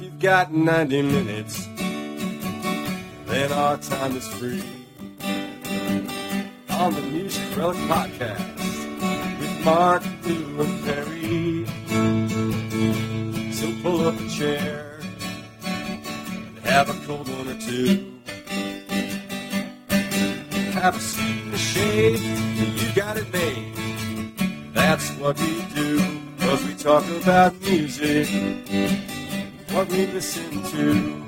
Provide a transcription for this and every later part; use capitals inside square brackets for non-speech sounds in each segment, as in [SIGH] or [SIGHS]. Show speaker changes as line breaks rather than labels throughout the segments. We've got 90 minutes, then our time is free. On the Music Relic Podcast with Mark, Lou, and Perry. So pull up a chair and have a cold one or two. Have a seat in the shade, and you got it made. That's what we do, cause we talk about music what we listen to.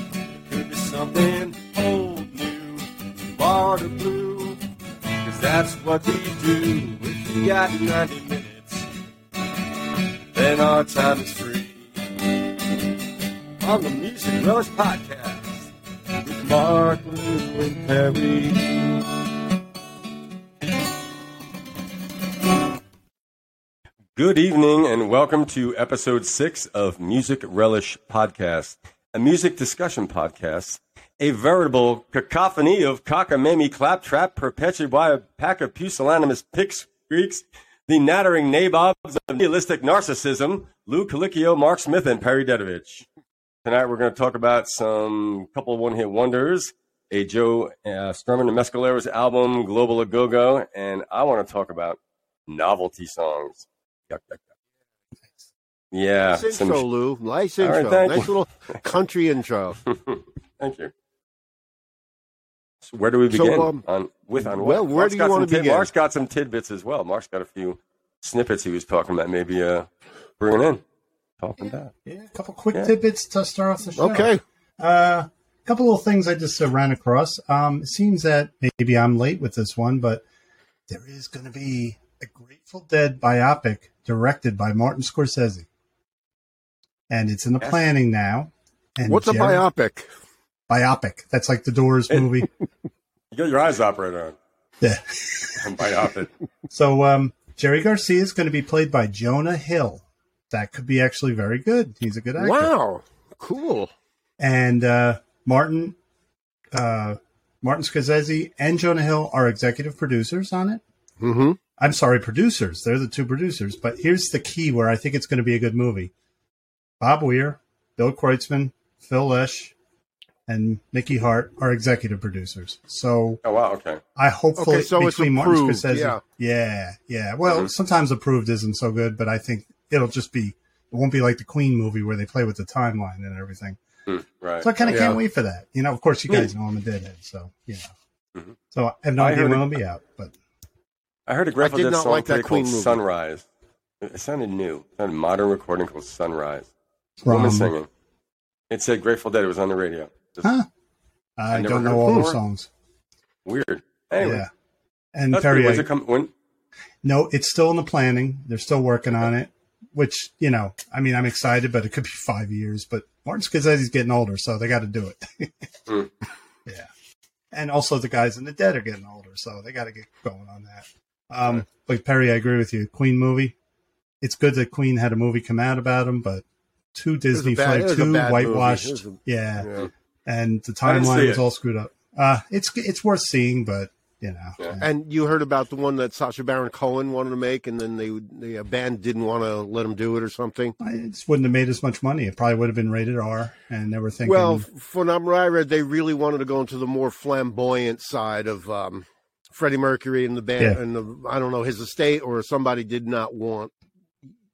It could be something old, new, barred or blue, because that's what we do. If you got 90 minutes, then our time is free. On the Music Relish Podcast with Mark, Lou, and Perry. Good evening, and welcome to episode six of Music Relish Podcast, a music discussion podcast, a veritable cacophony of cockamamie, claptrap, perpetuated by a pack of pusillanimous picks, Greeks, the nattering nabobs of nihilistic narcissism, Lou Calicchio, Mark Smith, and Perry Dedovich. Tonight, we're going to talk about some couple one hit wonders, a Joe uh, Sturman and Mescalero's album, Global A Go Go, and I want to talk about novelty songs. Yuck, yuck, yuck. Yeah.
Nice intro,
Uh, some sh-
Lou. Nice
All right,
intro.
thank
nice little country
[LAUGHS]
intro.
Thank you. So where do we
So,
begin?
um,
on with on
well,
what?
where
Mark's
do you
got
wanna
some tid-
begin?
Mark's got some tidbits as well. Mark's got a few snippets he was talking about. Maybe uh, bringing in, talking about.
Yeah, a couple quick
Yeah.
tidbits to start off the show.
Okay.
Uh, a couple little things I just uh, ran across. Um, it seems that maybe I'm late with this one, but there is going to be a Grateful Dead biopic directed by Martin Scorsese. And it's in the
Yes.
planning now. And
What's a
Jared-
biopic?
Biopic. That's like the
[LAUGHS]
Doors movie.
You got your eyes operated on.
yeah.
I'm biopic.
So um, Jerry Garcia is going to be played by Jonah Hill. That could be actually very good. He's a good actor.
Wow. Cool.
and uh, Martin uh, Martin Scorsese and Jonah Hill are executive producers on it.
Mm-hmm.
I'm sorry, producers. They're the two producers. But here's the key where I think it's going to be a good movie: Bob Weir, Bill Kreutzmann, Phil Lesh, and Mickey Hart are executive producers. So
Oh wow. Okay.
I hopefully
Okay, so it's
between Martin
approved,
Scorsese,
yeah.
yeah, yeah. Well,
Mhm.
sometimes approved isn't so good, but I think it'll just be. It won't be like the Queen movie where they play with the timeline and everything.
Hmm, right. Hmm.
So I kind of
Yeah.
can't wait for that. You know, of course, you
Yeah.
guys know I'm a deadhead, so you know.
Mhm.
So I have no
I
idea
heard
when
it-
it'll be out, but
I heard a Grateful
did
Dead
not
song
like that
today
Queen
called
movie.
Sunrise. It it sounded new. It sounded modern recording called Sunrise.
from
Woman singing. It said Grateful Dead. It was on the radio. Just
Huh?
I
I
never
don't
heard
know all
it
the
before.
songs.
Weird. Anyway.
Yeah, and
That's
Perry,
good. When's
I-
it come? When?
no, it's still in the planning. They're still working on it, which you know, I mean, I'm excited, but it could be [LAUGHS] five years. But Martin Scorsese's getting older, so they got to do it. [LAUGHS]
Hmm.
Mm.
Yeah, and also the guys in the dead are getting older, so they got to get going on that. Um, But Perry, I agree with you. Queen movie. It's good that Queen had a movie come out about him, but too
was a
Disney
bad- it
flight,
was a bad
too
movie. It
whitewashed.
was a-
yeah,
Yeah.
and the
I didn't see
timeline was
it.
all screwed up. Uh, it's it's worth seeing, but you know,
Yeah.
And you heard about the one that Sasha Baron Cohen wanted to make, and then they the uh, band didn't want to let him do it or something.
I- it just wouldn't have made as much money. It probably would have been rated R, and they were thinking,
Well, from what I read, they really wanted to go into the more flamboyant side of um, Freddie Mercury and the band,
Yeah.
and the, I don't know his estate or somebody did not want,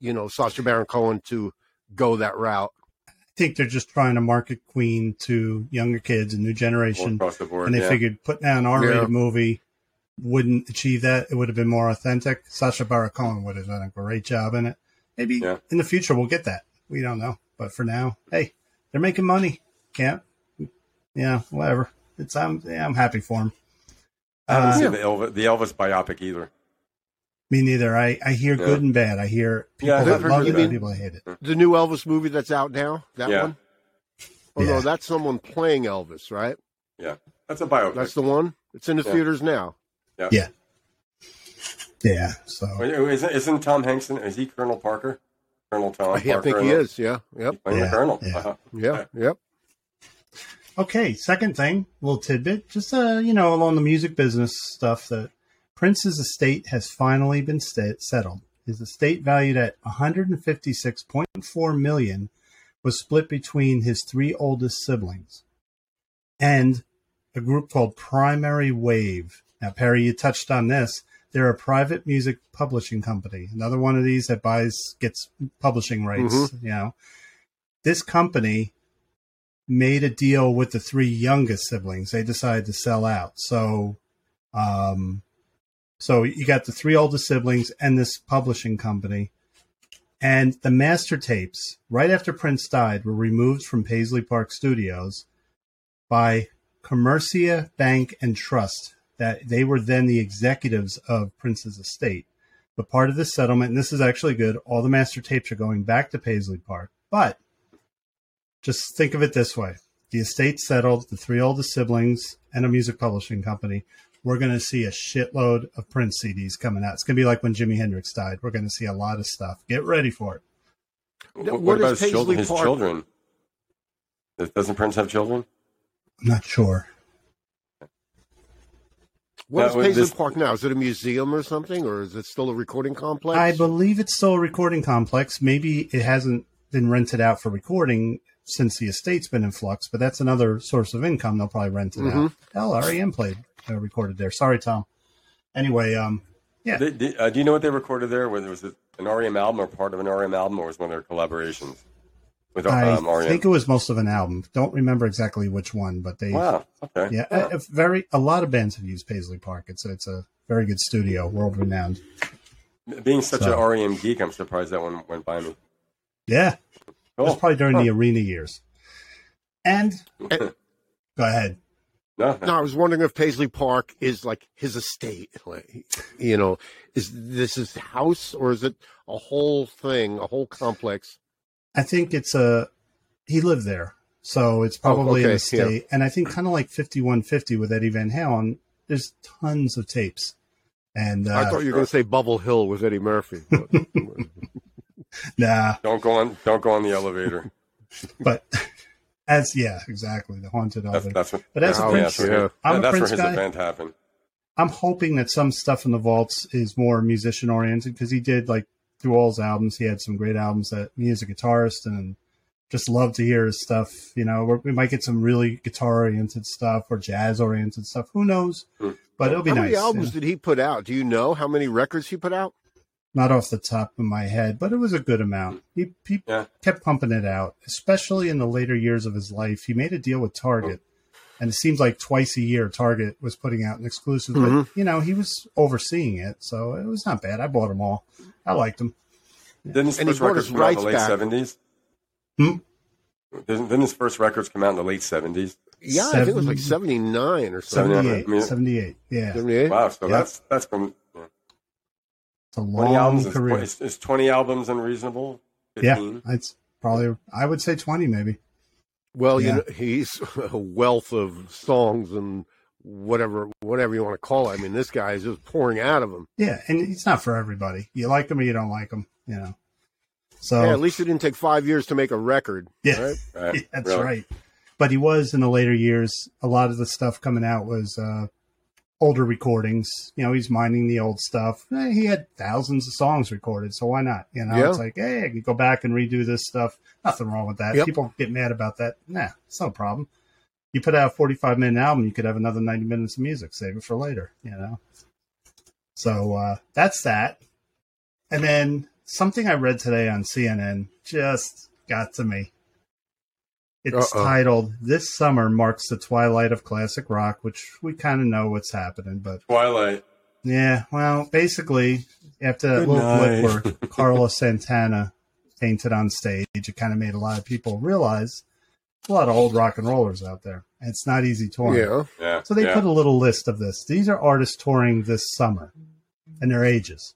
you know, Sasha Baron Cohen to go that route.
I think they're just trying to market Queen to younger kids and new
All
generation,
across the board.
and they
yeah.
figured putting out an R-rated
Yeah.
movie wouldn't achieve that. It would have been more authentic. Sasha Baron Cohen would have done a great job in it. Maybe
Yeah.
in the future we'll get that. We don't know, but for now, hey, they're making money. Can't, yeah, whatever. It's I'm yeah, I'm happy for them.
I haven't
Uh,
seen the Elvis, the Elvis biopic either.
Me neither. I, I hear
Yeah.
good and bad. I hear people
Yeah, I've
that
heard
love
good
it and
and
people that hate it.
The new Elvis movie that's out now, that
yeah,
one. Oh no,
Yeah.
that's someone playing Elvis, right?
that's a biopic.
That's the one. It's in the
Yeah.
theaters now.
Yeah. So
Wait, Isn't, isn't Tom Hanks? in- Is he Colonel Parker? Colonel Tom.
I
Parker
think he
in it?
is. Yeah. Yep.
He's playing the
Yeah,
Colonel.
yeah.
Uh-huh.
Yeah. Yep.
okay, second thing, little tidbit, just uh, you know, along the music business stuff that Prince's estate has finally been sta- settled. His estate valued at 156.4 million was split between his three oldest siblings and a group called Primary Wave. Now, Perry, you touched on this. They're a private music publishing company. Another one of these that buys gets publishing rights. You know, this company made a deal with the three youngest siblings. They decided to sell out. So, um, so you got the three oldest siblings and this publishing company. And the master tapes, right after Prince died, were removed from Paisley Park Studios by Commercia Bank and Trust. That they were then the executives of Prince's estate. But part of this settlement, and this is actually good, all the master tapes are going back to Paisley Park. But just think of it this way the estate settled, the three oldest siblings, and a music publishing company. We're going to see a shitload of Prince CDs coming out. It's going to be like when Jimi Hendrix died. We're going to see a lot of stuff. Get ready for it.
What,
what
about
is
his
Paisley
children? His
Park-
children. Does- Doesn't Prince have children?
I'm not sure.
What
That
is
was
Paisley
this-
Park now? Is it a museum or something, or is it still a recording complex?
I believe it's still a recording complex. Maybe it hasn't been rented out for recording since the estate's been in flux, but that's another source of income. They'll probably rent it out. Hell, REM played, uh, recorded there. Sorry, Tom. Anyway, um, yeah,
They, they, uh, do you know what they recorded there? Whether it was an REM album or part of an REM album, or was one of their collaborations with
I
um, REM?
think it was most of an album. Don't remember exactly which one, but they,
wow. Okay.
yeah, a, a very a lot of bands have used Paisley Park. It's it's a very good studio, world renowned.
Being such
So-
a REM geek, I'm surprised that one went by me. Oh,
Yeah, it was
Cool.
probably during
Huh.
the arena years. And
And-
go ahead.
no,
No, I was wondering if Paisley Park is like his estate. Like, you know, is this his house or is it a whole thing, a whole complex?
I think it's a he lived there, so it's probably
Oh,
an
okay,
estate. And I think kind of like fifty one fifty with Eddie Van Halen, there's tons of tapes. And uh,
I thought you were going to say Bubble Hill with Eddie Murphy. but-
[LAUGHS] nah,
don't go on. Don't go on
[LAUGHS]
the elevator.
but as yeah, exactly the haunted
That's,
album.
that's what.
But as a
yeah,
Prince-
that's where-
yeah.
I'm a
that's
Prince
where his
guy.
event happened.
I'm hoping that some stuff in the vaults is more musician oriented because he did like through all his albums, he had some great albums that he is a guitarist and just love to hear his stuff. You know, We're- we might get some really guitar oriented stuff or jazz oriented stuff. Who knows?
Hmm.
But it'll be
How
nice.
many albums
yeah.
did he put out? Do you know how many records he put out?
not off the top of my head, but it was a good amount. He, he
Yeah.
kept pumping it out, especially in the later years of his life. He made a deal with Target, and it seems like twice a year Target was putting out an exclusive.
Mhm.
Mm-hmm.
But you know, he was overseeing it, so it was not bad. I bought them all. I liked them.
Didn't his
And he
first
brought
records
his
come out in the
rights
late
back.
seventies?
Hmm?
Didn't, didn't his first records come out in the late seventies?
Yeah, I think it was like 79 or something.
78,
Yeah.
78. Yeah,
78?
Wow, so
Yeah.
that's that's been yeah.
it's a
twenty
long
albums. Is,
career.
is, is twenty albums unreasonable?
Yeah, [LAUGHS] it's probably I would say twenty, maybe.
Well, you
Yeah.
know, he's [LAUGHS] a wealth of songs and whatever whatever you want to call it. I mean, this guy is just pouring out of him.
Yeah, and it's not for everybody. You like them or you don't like them. You know. So
Yeah, at least it didn't take five years to make a record.
Oh. Yeah.
right?
Right,
Yeah, [LAUGHS] that's
really.
right. But he was in the later years. A lot of the stuff coming out was uh, older recordings. You know, he's mining the old stuff. Eh, He had thousands of songs recorded, so why not? You know,
Yeah.
it's like, hey, I can go back and redo this stuff. Nothing wrong with that.
Yep.
People get mad about that. Nah, it's no problem. You put out a forty-five minute album, you could have another ninety minutes of music. Save it for later. You know. So uh, that's that. And then something I read today on CNN just got to me. It's
Uh-oh.
titled This Summer Marks the Twilight of Classic Rock, which we kind of know what's happening, but
Twilight.
yeah, well, basically, after that
Good
little
night.
blip where Carlos Santana fainted on stage, it kind of made a lot of people realize a lot of old rock and rollers out there. and It's not easy touring.
Yeah.
Yeah.
So they
yeah.
put a little list of this. These are artists touring this summer and their ages.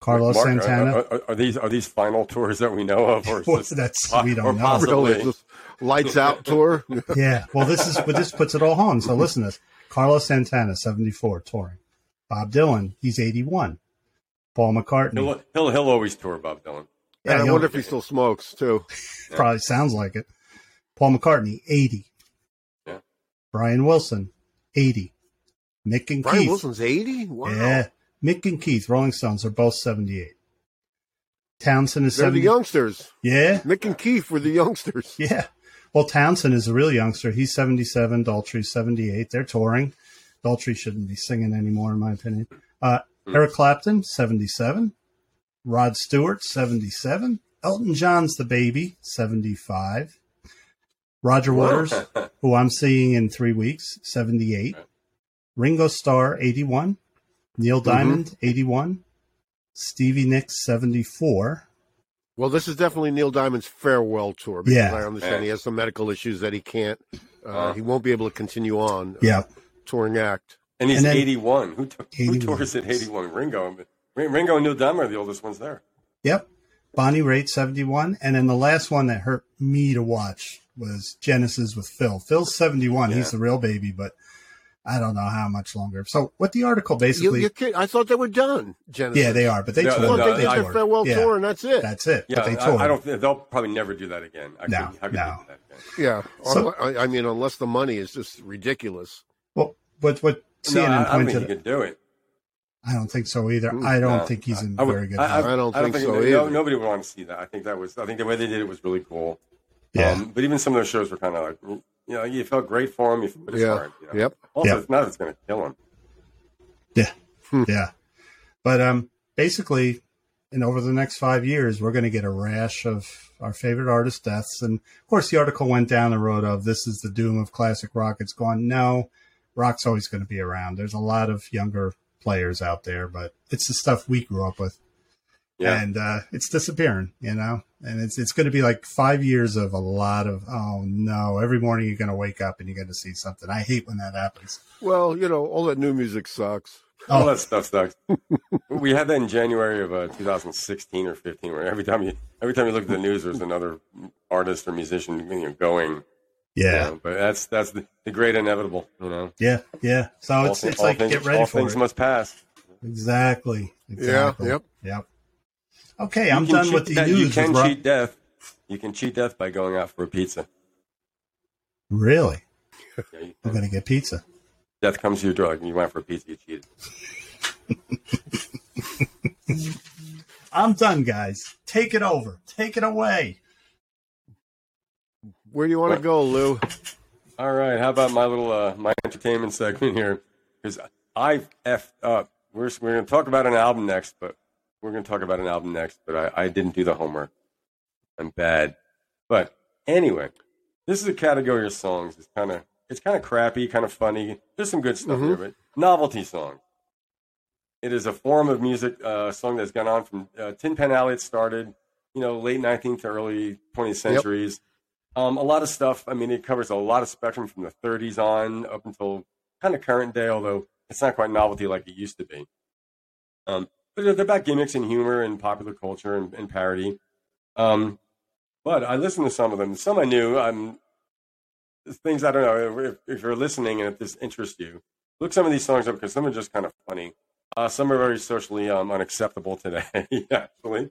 Carlos
Mark, are-
Santana.
Are, are, are these are these final tours that we know
[LAUGHS]
of, or is
Well,
this
that's
po-
we don't
or
know.
possibly-
Really, just lights
[LAUGHS]
out tour.
[LAUGHS] yeah. Well, this is but this puts it all home. So listen to this: Carlos Santana, seventy-four, touring. Bob Dylan, he's eighty-one. Paul McCartney,
He'll, he'll he'll always tour Bob Dylan.
yeah,
and I
he'll-
wonder if he still smokes too.
probably sounds like it. Paul McCartney, eighty.
Yeah.
Brian Wilson, eighty. Mick and
Brian
Keith,
Wilson's eighty. Wow.
yeah. Mick and Keith, Rolling Stones, are both seventy-eight. Townsend is
They're the
70.
youngsters.
yeah,
Mick and Keith were the youngsters.
yeah. Well, Townsend is a real youngster. He's 77. Daltrey's 78. They're touring. Daltrey shouldn't be singing anymore, in my opinion. Uh, Eric Clapton, 77. Rod Stewart, 77. Elton John's the baby, 75. Roger Waters, who I'm seeing in three weeks, 78. Ringo Starr, 81. Neil Diamond, 81. Stevie Nicks, 74.
Well, this is definitely Neil Diamond's farewell tour because
Yeah.
I understand he has some medical issues that he can't, uh,
Uh.
he won't be able to continue on uh,
Yeah.
touring act.
And he's
And then-
81. Who, t- who
81.
tours at 81? Ringo. Rin- Ringo and Neil Diamond are the oldest ones there.
Yep. Bonnie Raitt, 71. And then the last one that hurt me to watch was Genesis with Phil. Phil's 71.
Yeah.
He's the real baby, but I don't know how much longer. So, what the article
You,
basically.
you kid- I thought they were done, Genesis.
yeah, they are, but they
No,
toured.
Well,
No,
they did
I-
their
toured.
farewell
Yeah,
tour, and that's it.
That's it.
Yeah,
but they toured.
I, I don't. think- They'll probably never do that again. I
No,
could, how could
no.
they do that again?
yeah.
So-
I, I mean, unless the money is just ridiculous.
Well, what, what
No, I,
CNN
I don't think
pointed
he could do it.
I don't think so either.
Mm,
I don't
no.
think he's in
I would-
very good.
I,
health.
I don't think so
that- no-
either.
nobody would want to see that. I think that was. I think the way they did it was really cool.
yeah.
Um, but even some of those shows were kind of like, mm, you know, you felt great for him. You felt
Yeah.
hard, you know?
Yep.
Also,
Yeah.
it's not. It's going to kill him.
Yeah. But um basically and over the next five years we're gonna get a rash of our favorite artist deaths. And of course the article went down the road of this is the doom of classic rock. It's gone. No, rock's always gonna be around. There's a lot of younger players out there, but it's the stuff we grew up with.
Yeah.
And uh it's disappearing, you know? And it's it's gonna be like five years of a lot of oh no, every morning you're gonna wake up and you're gonna see something. I hate when that happens.
Well, you know, all that new music sucks.
All
Oh.
that stuff sucks. [LAUGHS] we had that in January of uh, 2016 or 15, where every time you every time you look at the news, there's another artist or musician you know, going. you
Yeah.
know, but that's that's the, the great inevitable. You know,
Yeah, yeah. So
All
it's
thi-
it's
all
like
things-
get ready
all
for
things
it.
must pass.
Exactly. exactly.
yep.
Yep. Okay,
You
I'm
can
done
cheat
with the
death-
news.
You can
with Ro-
cheat death. You can cheat death by going out for a pizza.
Really?
Yeah, you-
I'm gonna get pizza.
death comes to your door, like you went out for a pizza, you cheated.
I'm done, guys. Take it over. Take it away.
Where do you want to
What?
go, Lou?
All right, how about my little uh, my entertainment segment here? Because I effed up. We're we're going to talk about an album next, but we're going to talk about an album next. But I, I didn't do the homework. I'm bad. But anyway, this is a category of songs. It's kind of it's kind of crappy, kind of funny. There's some good stuff here, but novelty songs. It is a form of music uh, song that's gone on from uh, Tin Pan Alley. It started, you know, late 19th to early 20th centuries. Um, a lot of stuff. I mean, it covers a lot of spectrum from the 30s on up until kind of current day, although it's not quite novelty like it used to be. Um, but they're- they're about gimmicks and humor and popular culture and, and parody. Um, but I listened to some of them. Some I knew. Um, things I don't know. If, if you're listening and if this interests you, look some of these songs up because some are just kind of funny. Uh, some are very socially um, unacceptable today, [LAUGHS] actually.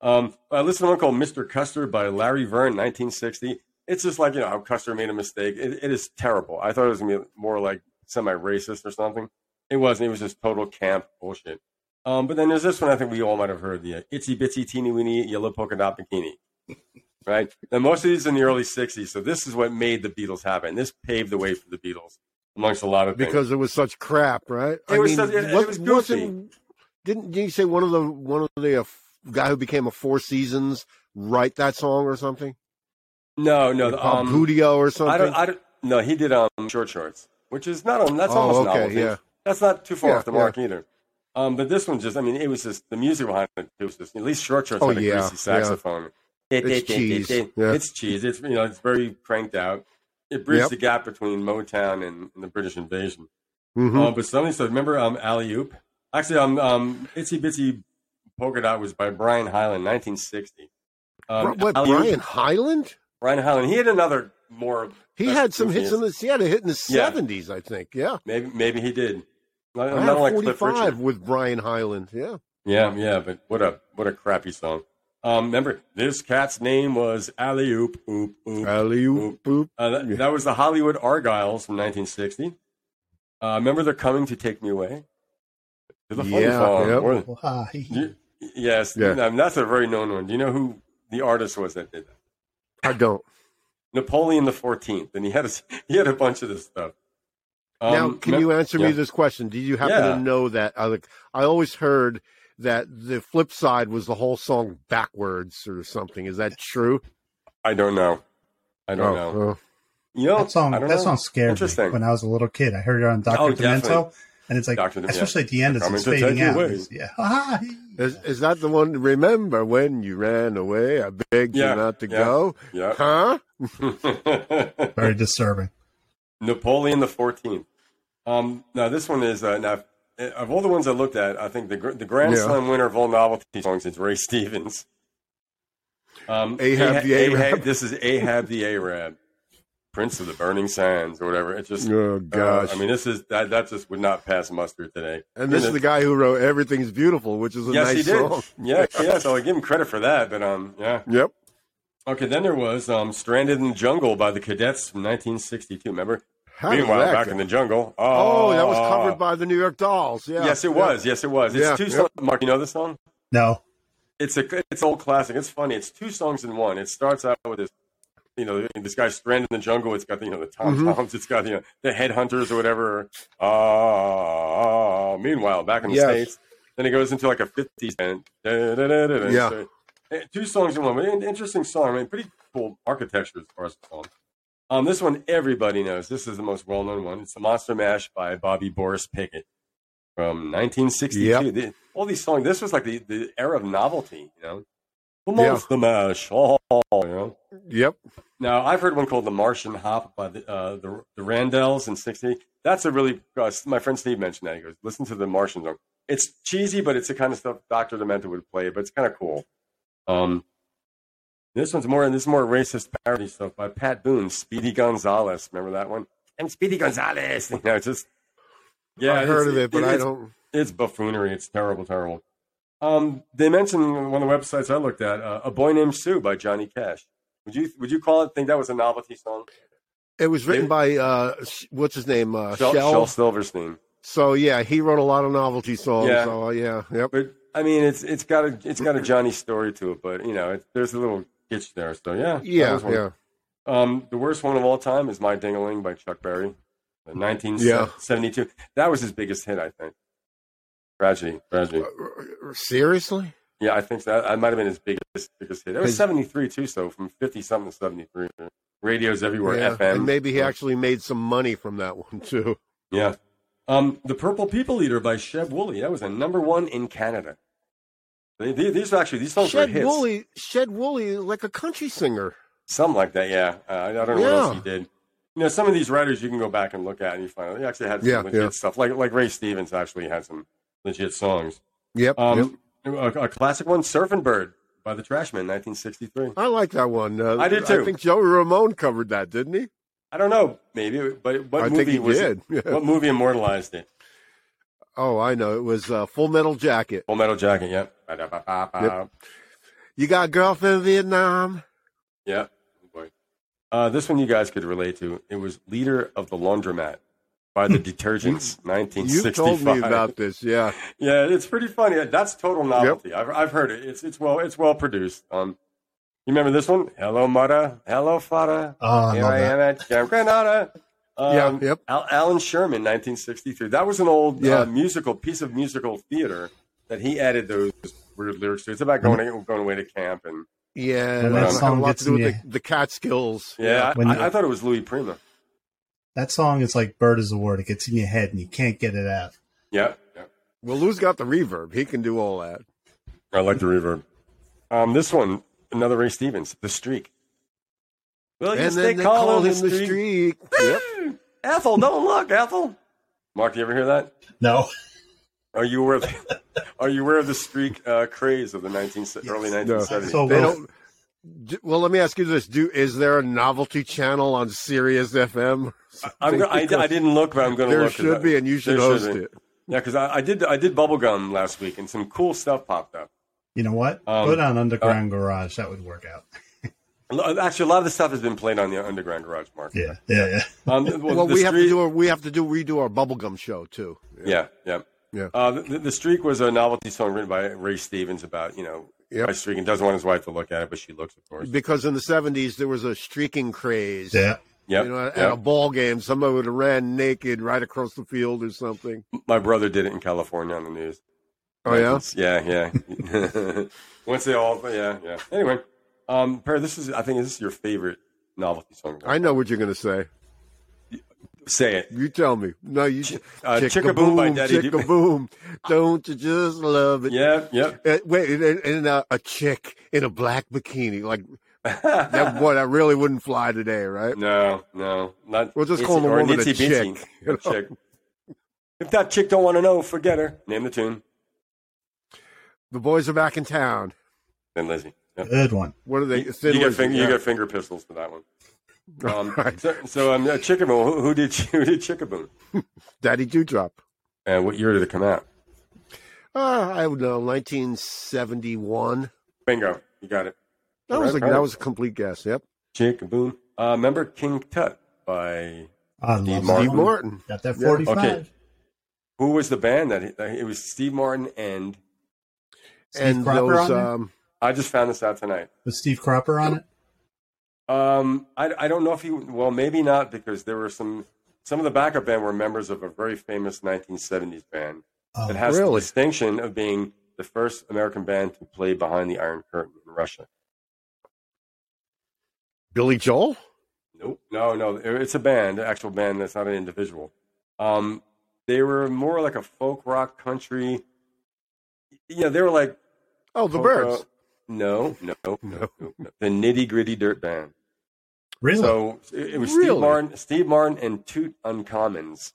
Um, I listened to one called Mr. Custer by Larry Verne, 1960. It's just like, you know, how Custer made a mistake. It, it is terrible. I thought it was going to be more like semi racist or something. It wasn't. It was just total camp bullshit. Um, but then there's this one I think we all might have heard the uh, itsy bitsy teeny weeny yellow polka dot bikini. [LAUGHS] Right? Now, most of these in the early 60s. So this is what made the Beatles happen. This paved the way for the Beatles amongst a lot of things.
Because it was such crap, right?
It was such- it- it
what-
was goofy.
wasn't- Didn't, didn't you say one of the one of the uh, f- guy who became a Four Seasons write that song or something?
no, no.
Like
the,
Bob
um,
Gudio or something.
I don't, I don't. No, he did um short shorts, which is not on. That's
Oh,
almost
okay,
novelty.
yeah.
That's not too far
Yeah,
off the
yeah.
mark either. Um, but this one just, I mean, it was just the music behind it. It was just at least short shorts
Oh,
had a
yeah,
greasy saxophone.
It's cheese, yeah.
It's cheese. It's you know, it's very cranked out. It bridged
Yep.
the gap between Motown and, and the British invasion.
Mhm.
Uh, but something said, remember um, Alley Oop? Actually, um, um, Itsy Bitsy Polka Dot was by Brian Hyland, 1960. Um,
what
Alley Oop-
Brian Highland?
Brian Hyland. He had another more.
He
That's
had some hits
goofy.
in the. He had a hit in the
Yeah.
seventies, I think. Yeah,
Maybe maybe he did. Not,
I
not
had
like Cliff
forty-five
Richard.
with Brian Highland. Yeah,
Yeah, yeah, but what a what a crappy song. Um, remember this cat's name was Alley Oop Oop Oop.
alley oop boop.
Uh, that, that was the Hollywood Argyles from 1960. Uh, remember they're coming to take me away. To the funny
Yeah,
farm.
yep.
More than-
Wah, hee, hee.
you, Yes,
Yeah.
um, that's a very known one. Do you know who the artist was that did that?
I don't.
Napoleon the Fourteenth, and he had a, [LAUGHS] he had a bunch of this stuff. Um,
now, can you answer
yeah.
me this question? Did you happen
Yeah.
to know that? I, like, I always heard that the flip side was the whole song backwards or something. Is that true?
I don't know. I don't know.
oh.
You know
That song,
I don't
that
know.
song scared me
Interesting.
when I was a little kid. I heard it on Dr.
Oh,
Demento,
definitely.
and it's like,
Dr. Demento.
especially at the end, as
Coming
it's
to take
fading
you
out.
away.
it's- [LAUGHS] Yeah.
Is, is that the one? Remember when you ran away? I begged
Yeah,
you not to
yeah. Uh, [LAUGHS]
go. Huh?
Yeah.
Very disturbing.
Napoleon the Fourteenth. Um, now this one is uh, now of all the ones I looked at, I think the gr- the Grand
Yeah.
Slam winner of all novelty songs is Ray Stevens. Um,
Ahab the Arab.
This is Ahab the Arab, Prince of the Burning Sands or whatever. It's just.
Oh
uh,
gosh!
I mean, this is that, that just would not pass muster today.
and this is the guy who wrote "Everything's Beautiful," which is a
yes,
nice
he did.
song.
Yeah, yeah. So I give him credit for that, but um, yeah.
Yep.
Okay, then there was um, "Stranded in the Jungle" by the Cadets from 1962. Remember?
How did
Meanwhile,
that
back
go?
in the jungle. Uh,
Oh, that was covered by the New York Dolls. Yeah.
yes, it
yeah.
was. Yes, it was. It's
Yeah,
two
yeah.
songs. Mark, you know this song?
No.
It's a it's an old classic. It's funny. It's two songs in one. It starts out with this, you know, this guy stranded in the jungle. It's got the, you know the tom
Mm-hmm.
toms. It's got you know, the headhunters or whatever. Ah. meanwhile, back in the
Yes.
states, then it goes into like a fifties band. Da-da-da-da-da.
Yeah.
So, eh, two songs in one. But an interesting song. I mean, pretty cool architecture as far as the song. Um, this one everybody knows. This is the most well-known one. It's the Monster Mash by Bobby Boris Pickett from 1962. The- all these songs. This was like the, the era of novelty. You know, the
Yeah.
Monster Mash. Oh, you know.
Yep.
Now I've heard one called the Martian Hop by the uh, the, the Randells in '60. That's a really uh, my friend Steve mentioned that. He goes, listen to the Martian song. It's cheesy, but it's the kind of stuff Doctor Demento would play. But it's kind of cool. Um, this one's more this is more racist parody stuff by Pat Boone, Speedy Gonzales. Remember that one? I'm Speedy Gonzales. [LAUGHS] You know, it's just yeah,
I heard
it's-
of it, but I
it's-
don't.
it's buffoonery. It's terrible, terrible. Um, they mentioned on one of the websites I looked at, uh, "A Boy Named Sue" by Johnny Cash. Would you would you call it? Think that was a novelty song?
It was written
It-
by uh, Sh- what's his name? Uh,
Shel,
Shell.
Shel Silverstein.
So yeah, he wrote a lot of novelty songs.
Yeah.
So uh, yeah. Yep.
But I mean, it's it's got a it's got a Johnny story to it, but you know, it, there's a little itch there. So yeah, that
Yeah.
was one.
Yeah.
Um, the worst one of all time is "My Dingaling" by Chuck Berry, the 1972. That was his biggest hit, I think. Tragedy, tragedy.
Uh, Seriously?
Yeah, I think that I might have been his biggest biggest hit. It was
His-
seventy three too, so from fifty something to seventy three. Radios everywhere,
yeah.
FM.
And maybe he actually made some money from that one too.
Yeah. Um, the Purple People Eater by Chev Woolley. That was a number one in Canada. They, they- these are actually these songs were
Shed
hits.
Woolley, Shed Woolley, is like a country singer.
Something like that, yeah. Uh, I I don't know what else
Yeah.
he did. You know, some of these writers you can go back and look at and you find out they actually had some
Yeah,
legit
yeah.
stuff. Like like Ray Stevens actually had some legit songs.
Yep. yep.
Um, a, a classic one, Surfing Bird by the Trashmen, nineteen sixty three.
I like that one. Uh,
I did too.
I think Joey Ramone covered that, didn't he?
I don't know, maybe, but what
I
movie
think he
was
did. [LAUGHS]
It? What movie immortalized it?
Oh, I know. It was uh, Full Metal Jacket.
Full Metal Jacket. Yep. Ba-da-ba-ba-ba.
Yep. You got a girlfriend in Vietnam.
Yep. Oh, boy. Uh, this one you guys could relate to. It was "Leader of the Laundromat"
[LAUGHS]
by the Detergents, nineteen
You
sixty-five.
told me about this. Yeah.
[LAUGHS] Yeah, it's pretty funny. That's total novelty. I've, I've heard it. It's it's well it's well produced. Um, you remember this one? Hello, mother. Hello, father.
Oh, I
Here
love
I
that.
am at Camp Granada. Um,
Yeah, yep.
Al- Alan Sherman, 1963. That was an old
Yeah.
uh, musical piece of musical theater that he added those weird lyrics to. It's about going going away to camp and
Yeah. that
When
that
had
song
a lot
gets
to do
in
with
your-
the, the Catskills.
yeah,
When
I,
you-
I thought it was Louis Prima.
That song is like Bird is a Word. It gets in your head and you can't get it out.
Yeah, yeah.
Well, Lou's got the reverb. He can do all that.
I like the reverb. Um, this one, another Ray Stevens, The Streak. Well,
and then they call him the [LAUGHS] streak. yep.
Ethel, don't look, Ethel. Mark, do you ever hear that?
No. [LAUGHS]
Are you aware? Of [LAUGHS] the, are you aware of the streak uh, craze of the 19, early
Yes.
nineteen seventies?
So
They
well,
don't. d- Well, let me ask you this: Do is there a novelty channel on Sirius FM?
I'm go- I, I didn't look, but I'm going to
There
look. 'cause
should
I-
be, and you should
there
host
be.
it.
Yeah, because I, I did. I did bubblegum last week, and some cool stuff popped up.
You know what?
Um,
Put on Underground Garage. That would work out.
Lo- uh, Actually, a lot of the stuff has been played on the underground garage market.
Yeah. Yeah. Yeah.
Um,
Well,
the
we have to
streak-
do our, we have to do redo our bubblegum show too.
Yeah, yeah.
Yeah.
Uh, the, the Streak was a novelty song written by Ray Stevens about, you know,
Yep.
guy streaking. Doesn't want his wife to look at it, but she looks, of course.
Because in the 70s, there was a streaking craze.
Yeah.
Yep.
You know, at,
yep.
a ball game, somebody would have ran naked right across the field or
[LAUGHS]
something.
My brother did it in California on the news.
Oh, yeah?
Yeah, yeah. [LAUGHS] Once they all, yeah, yeah. Anyway, um, Per, this is, I think, this is your favorite novelty song.
I know what you're going to say.
Say it.
You tell me. No, you.
Uh, Chickaboom by Daddy Duke.
Chickaboom. Don't you just love it?
Yeah, yeah.
Uh, wait, and, and, and uh, a chick in a black bikini. Like,
[LAUGHS]
that, boy, that really wouldn't fly today, right?
No, no, not.
We'll just call the woman a
nitsy-bitsy.
chick, [LAUGHS]
A chick. If that chick don't want to know, forget her. Name the tune.
The boys are back in town.
Then Lizzie. Yeah.
Good one.
What are they?
You,
Thin
you get
Lizzy,
finger,
yeah.
you get finger pistols for
[LAUGHS]
that one. Um,
Right.
So, so um, uh, Chickaboom. Who, who did [LAUGHS] who did Chickaboom?
Daddy Dewdrop.
And what year did it come out?
Uh, I don't know, 1971.
Bingo. You got it.
That was a,
Right.
that was a complete guess. Yep.
Chickaboom. Uh, remember King Tut by
I love
Steve Martin.
Steve
that. one.
Martin.
Got that
Yeah.
45.
Okay. who was the band that, he, that he- it was Steve Martin and
Steve
and
Cropper
those
on there?
um,
I just found this out tonight.
With Steve Cropper on it.
Um, I, I don't know if he well maybe not because there were some some of the backup band were members of a very famous 1970s band
Oh,
that has the
really?
distinction of being the first American band to play behind the Iron Curtain in Russia.
Billy Joel.
Nope. No, no. It's a band, an actual band. That's not an individual. Um, they were more like a folk rock country. Yeah, they were like
Oh, the
folk
Birds.
rock- No, no, no, no, no. The Nitty Gritty Dirt Band.
really?
So it, it was Steve
Really?
Martin, Steve Martin, and Toot Uncommons.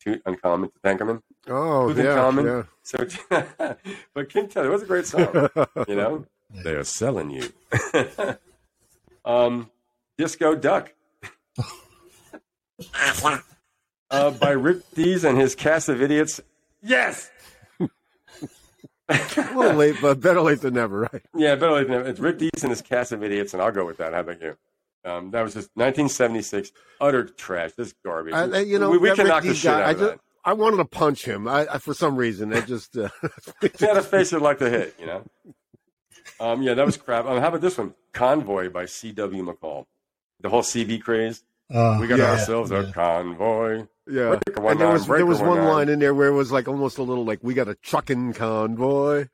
Toot Uncommon, Tankerman.
Oh,
Who's in common?
yeah,
So, [LAUGHS] but King Tut, it was a great song.
yeah. [LAUGHS]
You know, [LAUGHS] they are selling you. [LAUGHS] um, Disco Duck. uh, by Rick Dees and his cast of idiots. [LAUGHS] Yes.
a little late, but better late than never, right?
Yeah, better late than never. It's Rick Dees and his cast of idiots, and I'll go with that. How about you? Um, that was just 1976. Utter trash. This is garbage.
I, I- you know,
we, we
that
can
Rick
knock the
Dees
shit
guy,
out
I
of
just,
that.
I wanted to punch him. I, I for some reason, that just uh, [LAUGHS]
He had a face that like to hit. You know. Um, yeah, that was crap. Um, how about this one? Convoy by C.W. McCall. The whole CV craze.
Uh,
We got
Yeah.
ourselves a convoy.
yeah.
Breaker
And there
nine,
was there
breaker
was one
nine.
line in there where it was like almost a little like we got a trucking convoy.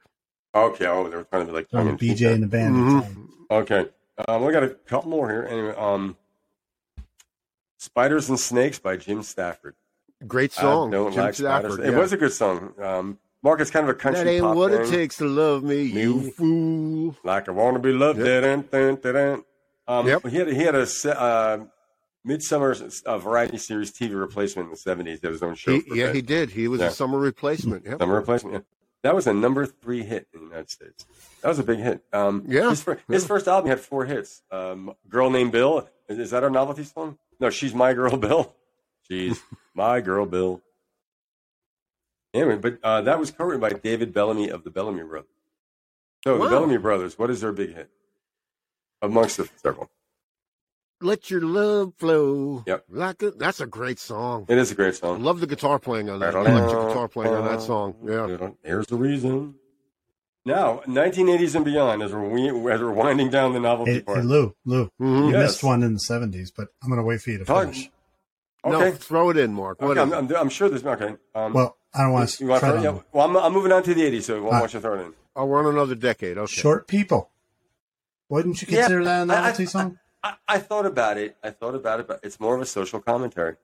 Okay, oh, they were trying to be like
From
tongue in cheek
BJ and the band.
Mm-hmm.
Mhm.
Okay, um, we got a couple more here. Anyway, um, "Spiders and Snakes" by Jim Stafford.
Great
I
song.
don't
Jim
like spiders.
Stafford,
It
yeah.
was a good song. Um, Mark is kind of a country
That ain't
pop
what it
thing.
takes to love me, you
Me.
fool.
Like I want to be loved.
Yep.
Dun, dun, dun, dun. Um,
Yep.
He had he had a se- uh, midsummer uh, variety series TV replacement in the seventies. That was on show.
He,
for a
yeah,
bit.
he did. He was
Yeah.
a summer replacement. Yep.
Summer replacement. Yeah. That was a number three hit in the United States. That was a big hit. Um,
Yeah,
His, fir- his first album had four hits. Um, girl named Bill. Is, is that a novelty song? No, she's my girl Bill.
[LAUGHS]
She's my girl Bill. Anyway, but uh, that was covered by David Bellamy of the Bellamy Brothers. So
Wow.
the Bellamy Brothers, what is their big hit? Amongst the several,
Let your love flow.
Yep.
Like a- that's a great song.
it is a great
I
song.
love the guitar playing on that.
"Oh,
Electric guitar playing on
uh,
that song. Yeah.
There's the reason. Now, 1980s and beyond, as we're, we, as we're winding down the novelty
Hey, hey,
part.
Lou, Lou,
hmm
you
Yes.
missed one in the 70s, but I'm going to wait for you to
Talk-
finish.
No,
okay.
throw it in, Mark. What
okay I'm,
is it?
I'm, I'm sure there's okay. Um,
Well, I don't want
you
to
want
try
to,
to
yeah, well, I'm, I'm moving on to the 80s, so I won't
Ah.
want you to throw it in.
oh, we're on another decade. Okay.
Short people. Wouldn't you
Yeah,
consider that a
I- I-
novelty song?
I, I thought about it. I thought about it, but it's more of a social commentary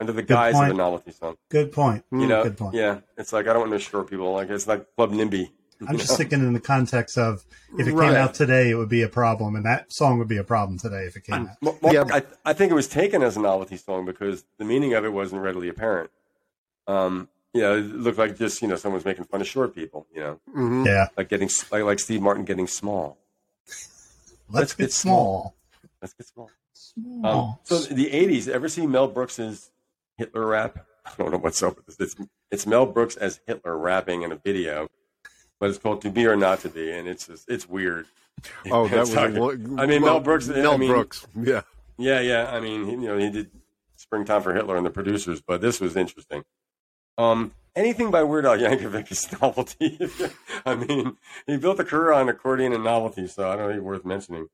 under the
Good
guise of a
point.
novelty song.
Good point.
you know,
good point.
yeah, it's like I don't want to short people. Like it's like Club NIMBY.
I'm just thinking in the context of if it
Right.
came out today, it would be a problem, and that song would be a problem today if it came out.
M- Mark,
Yeah.
I, I think it was taken as a novelty song because the meaning of it wasn't readily apparent. Um, you know, it looked like just you know someone's making fun of short people. You know, [LAUGHS]
Mhm.
Yeah,
like getting s- like, like Steve Martin getting small.
let's get small.
Let's get small. Um,
Small. Uh,
so the '80s. Ever see Mel Brooks's Hitler rap? [LAUGHS] I don't know what's up with this. It's, it's Mel Brooks as Hitler rapping in a video, but it's called "To Be or Not to Be," and it's just, it's weird. [LAUGHS]
Oh, that
It's
was.
like-
one-
I mean, Mel Brooks- I
Mel
mean-
Brooks. Yeah.
Yeah, yeah. I mean, he, you know, he did "Springtime for Hitler" and the producers, but this was interesting. Um, anything by Weird Al Yankovic is [LAUGHS] novelty. I mean, he built a career on accordion and novelty, so I don't think it's worth mentioning.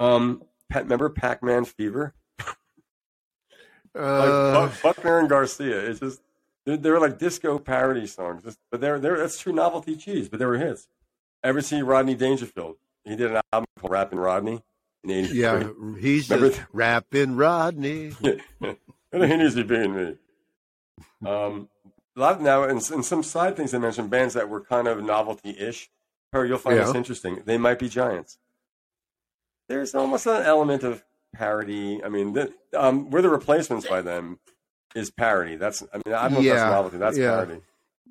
Um, Pat, remember Pac-Man Fever? Like,
Uh,
Buck- Buckner and Garcia. It's just they're, they're like disco parody songs, Just- but they're they're that's true novelty cheese. But they were hits. Ever see Rodney Dangerfield? He did an album called Rapping Rodney in '83.
yeah, he's
Remember
just rapping Rodney.
What a hinders you being
[LAUGHS]
me. Um, a lot of now, and, and some side things I mentioned, bands that were kind of novelty ish. Or you'll find this
Yeah.
interesting. They might be giants. There's almost an element of parody. I mean, the, um, we're the replacements by them is parody. That's, I mean, I don't know if
Yeah,
that's novelty. That's
yeah.
parody.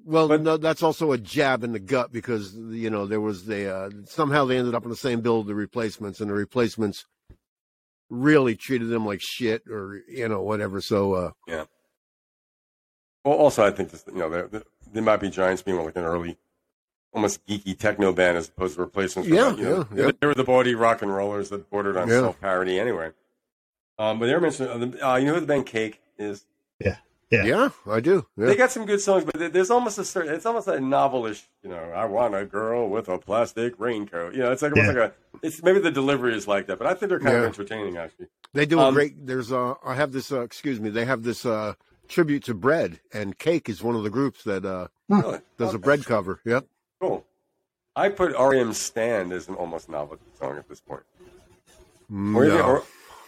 Well,
But-
no, that's also a jab in the gut because you know there was the uh, somehow they ended up in the same bill with the replacements, and the replacements really treated them like shit or you know whatever. So uh,
Well, also, I think this, you know, there, there might be Giants being like an early, almost geeky techno band as opposed to replacements. for
Yeah,
that, you know.
yeah,
They-
yeah.
They were the body rock and rollers that bordered on
Yeah.
self parody anyway. Um, but they were mentioning, uh, you know who the band Cake is?
yeah.
Yeah.
I do. Yeah.
They got some good songs, but there- there's almost a certain, it's almost a novelish, you know, I want a girl with a plastic raincoat. You know, it's like, almost
Yeah.
like a, it's maybe the delivery is like that, but I think they're kind of
Yeah. [LAUGHS]
entertaining actually.
They do a
Um,
great. There's uh, I have this. Uh, excuse me. They have this uh, tribute to bread, and Cake is one of the groups that uh,
Really?
does a
Okay.
bread cover. Yep.
Cool. I put REM Stand as an almost novelty song at this point. Or even-
No,
or-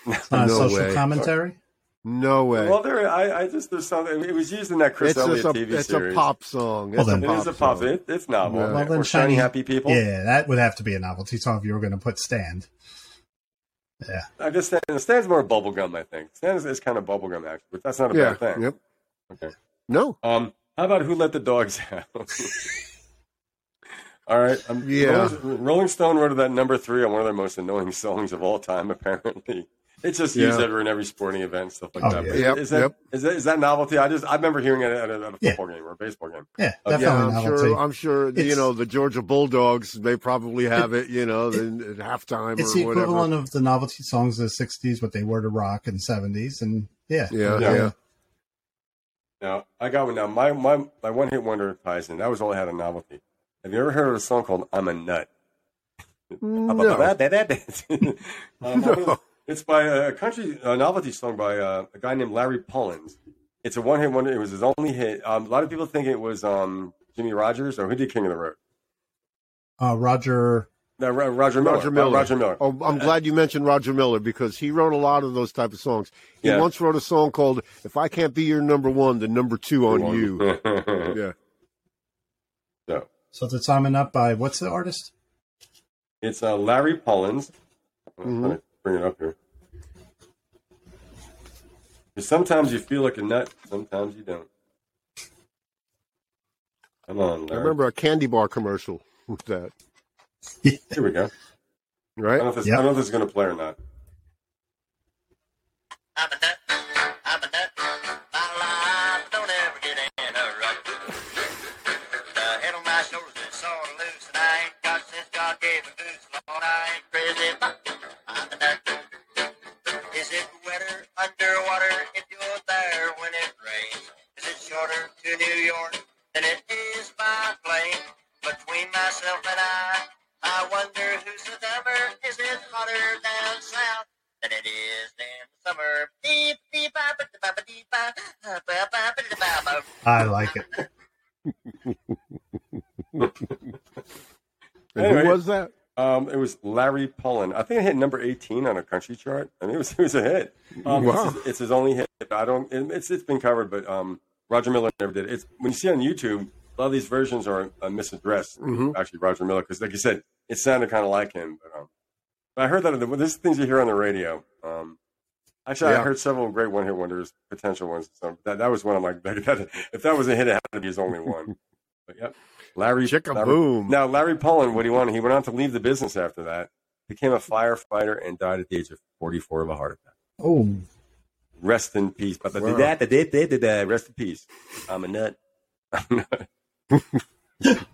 It's not
No
a social
way.
commentary.
no way.
Well, there, I, I just there's something. It was used in that Chris
it's just
Elliott
a,
TV
it's
series.
a pop song.
Well,
It's
then-
It
a
is
pop
a pop.
song.
It, it's novel.
Yeah.
Yeah.
Well,
Or shiny, happy people.
Yeah, that would have to be a novelty song if you were going to put stand. Yeah.
I just stand, stands more bubblegum, I think. Stands is kind of bubblegum actually, but that's not a
Yeah.
bad thing.
Yep.
Okay.
No.
Um, how about who let the dogs
[LAUGHS]
out? all right. Um,
Yeah.
Rolling, Rolling Stone wrote that number three on one of their most annoying songs of all time. Apparently, it's just used
Yeah.
every in every sporting event, stuff like
Oh,
that.
yeah.
But
Yep,
Is that
yep.
is that is that novelty? I just I remember hearing it at a, at a
Yeah.
football game or a baseball game.
Yeah,
Uh,
definitely
Yeah, I'm
novelty.
sure. I'm sure. you
It's-
know, the Georgia Bulldogs. They probably have it. You know, in at halftime
it's the
or whatever.
equivalent of the novelty songs of the 60s, what they were to rock and 70s. And yeah.
Yeah,
Yeah.
yeah.
Now I got one. Now my my my one hit wonder ties in. That was all I had a novelty. Have you ever heard of a song called "I'm a Nut"?
No.
[LAUGHS]
[LAUGHS]
Um,
No.
It's by a country a novelty song by uh, a guy named Larry Pullins. It's a one hit wonder. It was his only hit. Um, a lot of people think it was um, Jimmy Rogers or who did King of the Road?
Uh, Roger,
No, Ro- Roger Miller.
Roger Miller.
Uh, Roger Miller.
Oh, I'm glad you mentioned Roger Miller because he wrote a lot of those type of songs. He
Yeah.
once wrote a song called "If I Can't Be Your Number One, Then Number Two on You."
[LAUGHS]
Yeah,
so
so that's summing up by what's the artist?
it's uh, Larry Pullins. I'm
Mhm.
trying to bring it up here. 'Cause Sometimes you feel like a nut, sometimes you don't. Come
I
on, Larry.
remember a candy bar commercial with that,
Here we go. I don't know
right?
if this,
Yep.
I don't know if this is going to play or not.
I'm a nut. I'm a nut. My life don't ever get in a rut. The head on my shoulders is sort of loose, and I ain't got since God gave me boots. Lord, I ain't crazy, but I'm a nut. Is it wetter underwater if you're there when it rains? Is it shorter to New York than it is by plane? Between myself and I, I wonder who's the dumber. Is it hotter down south than it is in the summer? Deep, deep, ba ba ba ba deep, ba ba ba ba ba ba ba.
I like it.
And
Anyway.
who was that?
Um, it was Larry Pullen. I think it hit number 18 on a country chart. I mean, it was, it was a hit. Um,
Wow.
it's, his, it's his only hit. I don't. It, it's it's been covered, but um, Roger Miller never did. it. It's when you see on YouTube, a lot of these versions are uh, misaddressed.
Mhm.
Actually, Roger Miller, because like you said, it sounded kind of like him. But, um, but I heard that well, this is things you hear on the radio. Um, actually, I
Yeah.
heard several great one-hit wonders, potential ones. So that that was one. I'm [LAUGHS] like, that, if that was a hit, it had to be his only one. but yep, Larry.
Chicka
Larry
Boom.
now, Larry Pullen, what do you want? He went on to leave the business after that, became a firefighter, and died at the age of 44 of a heart attack.
Oh,
Rest in peace. But the-
Wow.
da- da- da- da- da- da. Rest in peace. [LAUGHS] I'm a nut. I'm a nut.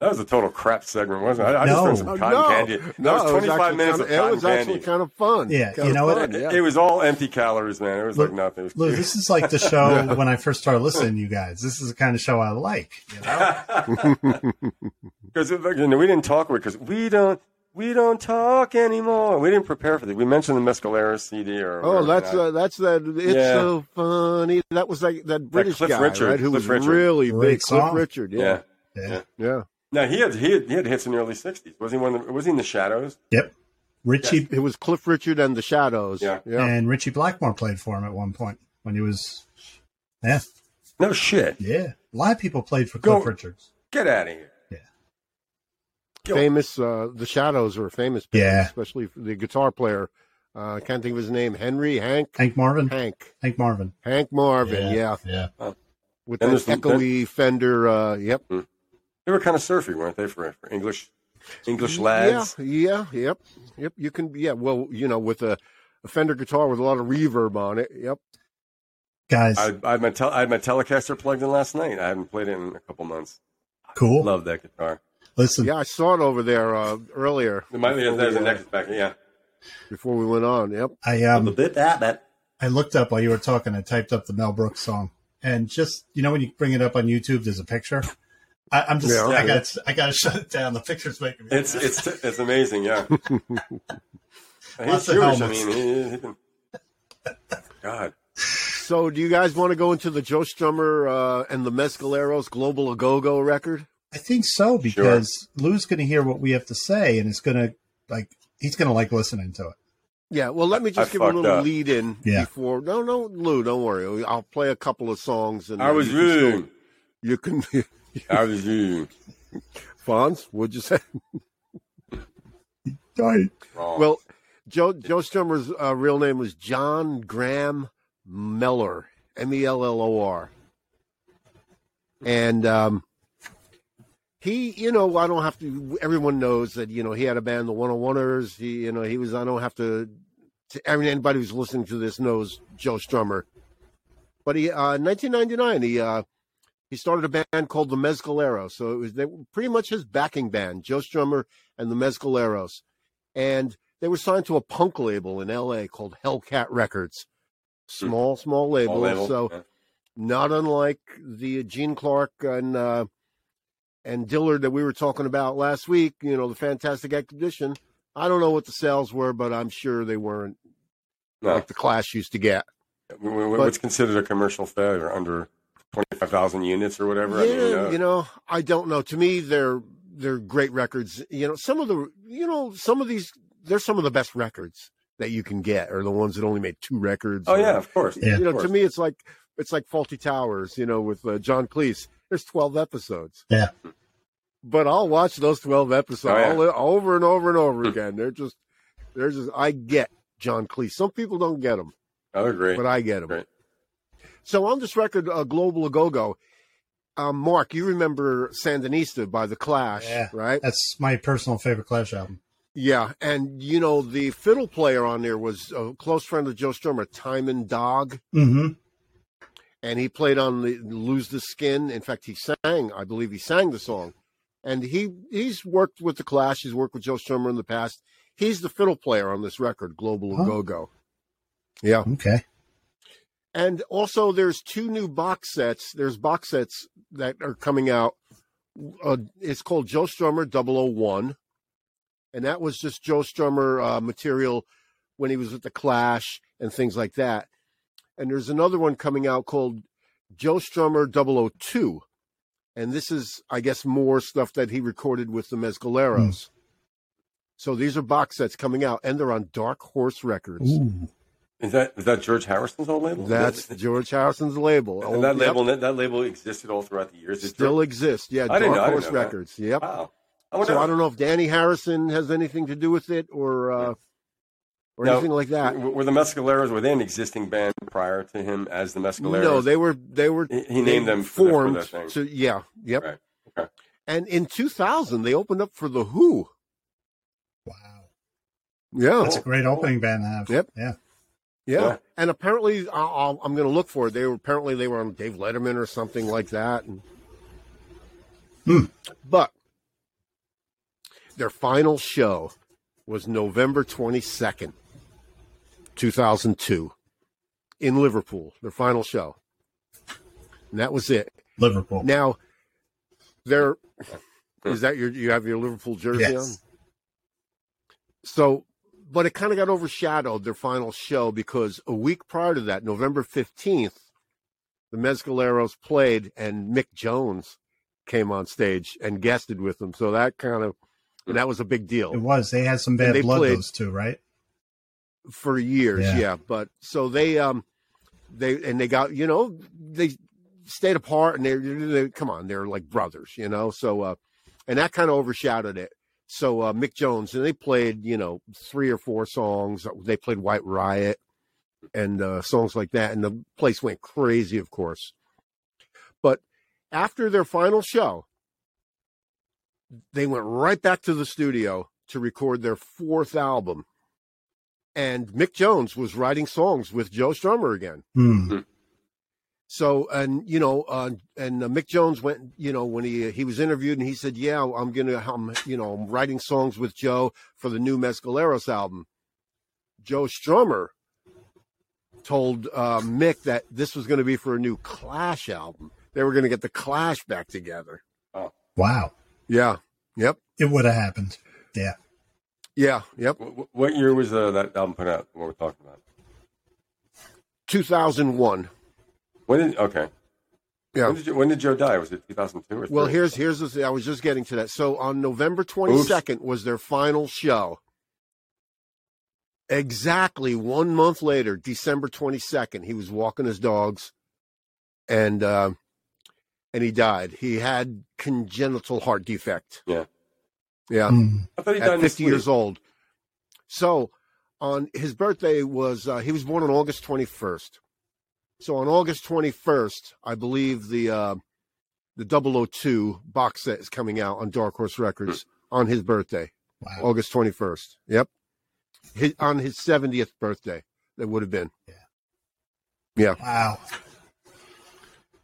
That was a total crap segment, wasn't it? I, I just
No.
threw some
Oh,
cotton
no,
candy. That
no,
was
it
25
actually
minutes
kinda,
of cotton
It was actually
candy.
kind of fun.
Yeah,
Kinda
you know what?
fun,
It-
yeah.
It was all empty calories, man. It was like
Look-
nothing. It was
Lou,
[LAUGHS] cute.
this is like the show when I first started listening to you guys. This is the kind of show I like. You know?
[LAUGHS] Because you know, we didn't talk because we don't we don't talk anymore. We didn't prepare for this. We mentioned the Mescalera CD or
Oh,
whatever,
that's
and I-
uh, that's that. It's
Yeah.
so funny. That was like that British
Cliff
guy,
Richard,
right? Who
Cliff
was
Richard.
really
Great
big.
song.
Cliff Richard.
yeah.
Yeah,
Yeah.
yeah.
Now he had he had, he had hits in the early '60s. Was he one? Of the, was he in the Shadows?
Yep. Richie
It was Cliff Richard and the Shadows.
Yeah.
yeah.
and Richie Blackmore played for him at one point when he was. Yeah,
No shit.
yeah. A lot of people played for
Go-
Cliff Richards.
Get out of here. Yo.
famous. Uh, the Shadows were a famous. band,
Yeah.
especially for the guitar player. Uh, I can't think of his name. Henry Hank
Hank Marvin.
Hank
Hank Marvin.
Hank Marvin. Yeah,
yeah.
with
And
that
there's-
echoey Fender. Uh, yep.
They were kind of surfy, weren't they, for, for English English lads?
Yeah, yeah, yep, yep. You can, yeah. Well, you know, with a, a Fender guitar with a lot of reverb on it. Yep.
Guys,
I, I, had my tel- I had my Telecaster plugged in last night. I haven't played it in a couple months.
cool.
Love that guitar.
Listen,
Yeah, I saw it over there uh, earlier.
It might be
before
there's
we,
a
uh,
next back. Yeah.
before we went on. Yep.
I
the
um,
bit that that.
I looked up while you were talking. I typed up the Mel Brooks song, and just you know when you bring it up on YouTube, there's a picture. I, I'm just
Yeah.
I got I got to [LAUGHS] shut it down. The picture's making me.
It's it's it's
[LAUGHS]
amazing. Yeah. He's
Lots of
Jewish. I
helmets.
mean, he, he can... God.
So, do you guys want to go into the Joe Strummer uh, and the Mescaleros Global A Go Go record?
I think so because Lou's going to hear what we have to say, and it's going to like he's going to like listening to it.
Yeah. Well, let me just
I
give a
fucked
little
up.
lead in
Yeah.
before. No, no, Lou, don't worry. I'll play a couple of songs. And
I was
you can still-
rude.
You can, [LAUGHS]
I was you.
Fonz. What'd you say?
Right.
Wrong.
Well, Joe Joe Strummer's uh, real name was John Graham Mellor, M E L L O R, and um, he, you know, I don't have to. Everyone knows that you know he had a band, the One Hundred Oneers. He, you know, he was. I don't have to. to I mean, anybody who's listening to this knows Joe Strummer. But he, uh, 1999, he uh, he started a band called the Mezcaleros. So it was they were pretty much his backing band, Joe Strummer and the Mezcaleros and they were signed to a punk label in LA called Hellcat Records. Small, Hmm. small label.
All level.
So
Yeah.
not unlike the uh, Gene Clark and uh, and Dillard that we were talking about last week. You know, the Fantastic Expedition. I don't know what the sales were, but I'm sure they weren't
no,
like the Clash used to get.
w- w-
but-
what's considered a commercial failure under twenty-five thousand units or whatever? I mean, uh,
Yeah,
you know,
you know, I don't know. To me, they're they're great records. You know, some of the you know some of these they're some of the best records that you can get, or the ones that only made two records.
oh
or-
yeah, of course.
Yeah.
of
you know,
course.
to me, it's like it's like Faulty Towers, you know, with uh, John Cleese. There's 12 episodes.
Yeah.
But I'll watch those 12 episodes
Oh, yeah.
all, over and over and over
Hmm.
again. They're just, they're just. I get John Cleese. Some people don't get him,
I agree.
but I get him.
Right.
So on this record, uh, Global Go Go, um, Mark, you remember Sandinista by the Clash,
Yeah.
right?
That's my personal favorite Clash album.
Yeah, and you know the fiddle player on there was a close friend of Joe Strummer, Timon Dog.
Mm-hmm.
and he played on the "Lose the Skin." In fact, he sang, I believe, he sang the song. And he he's worked with the Clash. He's worked with Joe Strummer in the past. He's the fiddle player on this record, "Global
Huh.
Go Go." Yeah,
Okay.
and also there's two new box sets. There's box sets that are coming out. Uh, it's called Joe Strummer 001, and that was just Joe Strummer uh, material when he was with the Clash and things like that. And there's another one coming out called Joe Strummer 002, and this is, I guess, more stuff that he recorded with the Mezcaleros. So these are box sets coming out, and they're on Dark Horse Records.
Ooh.
Is that is that George Harrison's old label?
That's George Harrison's label.
[LAUGHS] and
Oh,
that
yep.
label that, that label existed all throughout the years. It's
still exists. Yeah,
I
Dark
didn't know- I didn't
Horse
know that.
Records. Yep.
Wow. I wonder,
so I don't know if Danny Harrison has anything to do with it or uh, or
No.
anything like that.
w- were the Mescaleros were they an existing band prior to him as the Mescaleros?
No, they were they were
he, he
they
named them for the- for
formed
that thing.
to yeah yep.
Right. Okay.
And in 2000, they opened up for the Who.
Wow.
Yeah,
That's a great opening band to have.
Yep.
Yeah.
yeah.
Yeah.
And apparently, i I'll, I'm going to look for it. They were apparently they were on Dave Letterman or something like that. And,
Hmm.
But Their final show was November 22nd, 2002, in Liverpool, their final show. And that was it.
Liverpool.
Now,
[LAUGHS]
there is that your you have your Liverpool jersey on.
Yes.
So, but it kind of got overshadowed their final show because a week prior to that, November fifteenth, the Mescaleros played and Mick Jones came on stage and guested with them. So that kind of and that was a big deal
It was. They had some
And
bad
they
blood,
played-
those two, right?
for years. Yeah.
Yeah.
but so they um they and they got you know they stayed apart and they're they, come on they're like brothers you know so uh and that kind of overshadowed it. So uh, Mick Jones and they played you know three or four songs. They played White Riot and uh, songs like that, and the place went crazy, of course. But after their final show, they went right back to the studio to record their fourth album and Mick Jones was writing songs with Joe Strummer again.
Hmm.
So, and you know, uh, and uh, Mick Jones went, you know, when he uh, he was interviewed, and he said, "Yeah, I'm gonna, I'm, you know, I'm writing songs with Joe for the new Mescaleros album." Joe Strummer told uh, Mick that this was going to be for a new Clash album. They were going to get the Clash back together.
Wow.
Yeah. Yep.
It would have happened. Yeah.
Yeah. Yep.
Wh- wh- What year was uh, that album put out? What we're talking about?
2001.
When did okay?
Yeah.
When did, you, when did Joe die? Was it 2002 or?
Well,
three?
here's here's the thing. I was just getting to that. So on November 22nd was their final show. Exactly one month later, December 22nd, he was walking his dogs, and uh, and he died. He had congenital heart defect.
Yeah.
yeah
Hmm.
I thought he died
at
in his
50 years
sleep.
old. So on his birthday was uh, he was born on August 21st. So on August 21st, I believe the uh, the 002 box set is coming out on Dark Horse Records on his birthday,
Wow.
August 21st. Yep. His, on his 70th birthday, that would have been.
Wow.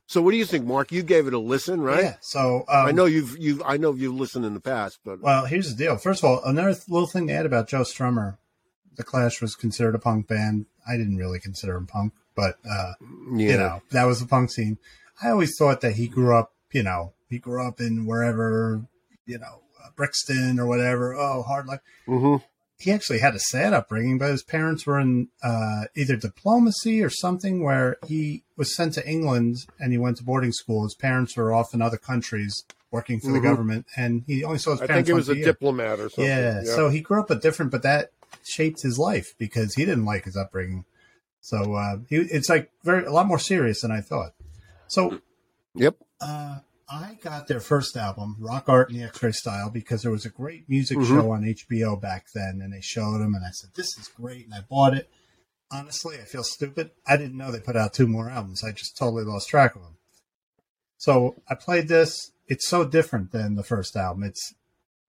So what do you think, Mark? You gave it a listen, right?
Yeah. So um,
I know you've you I know you've listened in the past, but
Well, here's the deal. First of all, another th- little thing to add about Joe Strummer. The Clash was considered a punk band. I didn't really consider him punk, but uh,
yeah.
you know that was the punk scene. I always thought that he grew up, you know, he grew up in wherever, you know, uh, Brixton or whatever. Oh, hard luck.
Mhm.
He actually had a sad upbringing, but his parents were in uh, either diplomacy or something where he was sent to England and he went to boarding school. His parents were off in other countries working for
Mhm.
the government, and he only saw his
I
parents.
think it
once
was a
year.
diplomat or something.
Yeah, so he grew up a different, but that shaped his life because he didn't like his upbringing. So uh, he, it's like very a lot more serious than I thought. So,
Yep.
uh, I got their first album, Rock Art and the X-Ray Style, because there was a great music
Mhm.
show on HBO back then, and they showed them, and I said, "This is great," and I bought it. Honestly, I feel stupid. I didn't know they put out two more albums. I just totally lost track of them. So I played this. It's so different than the first album. It's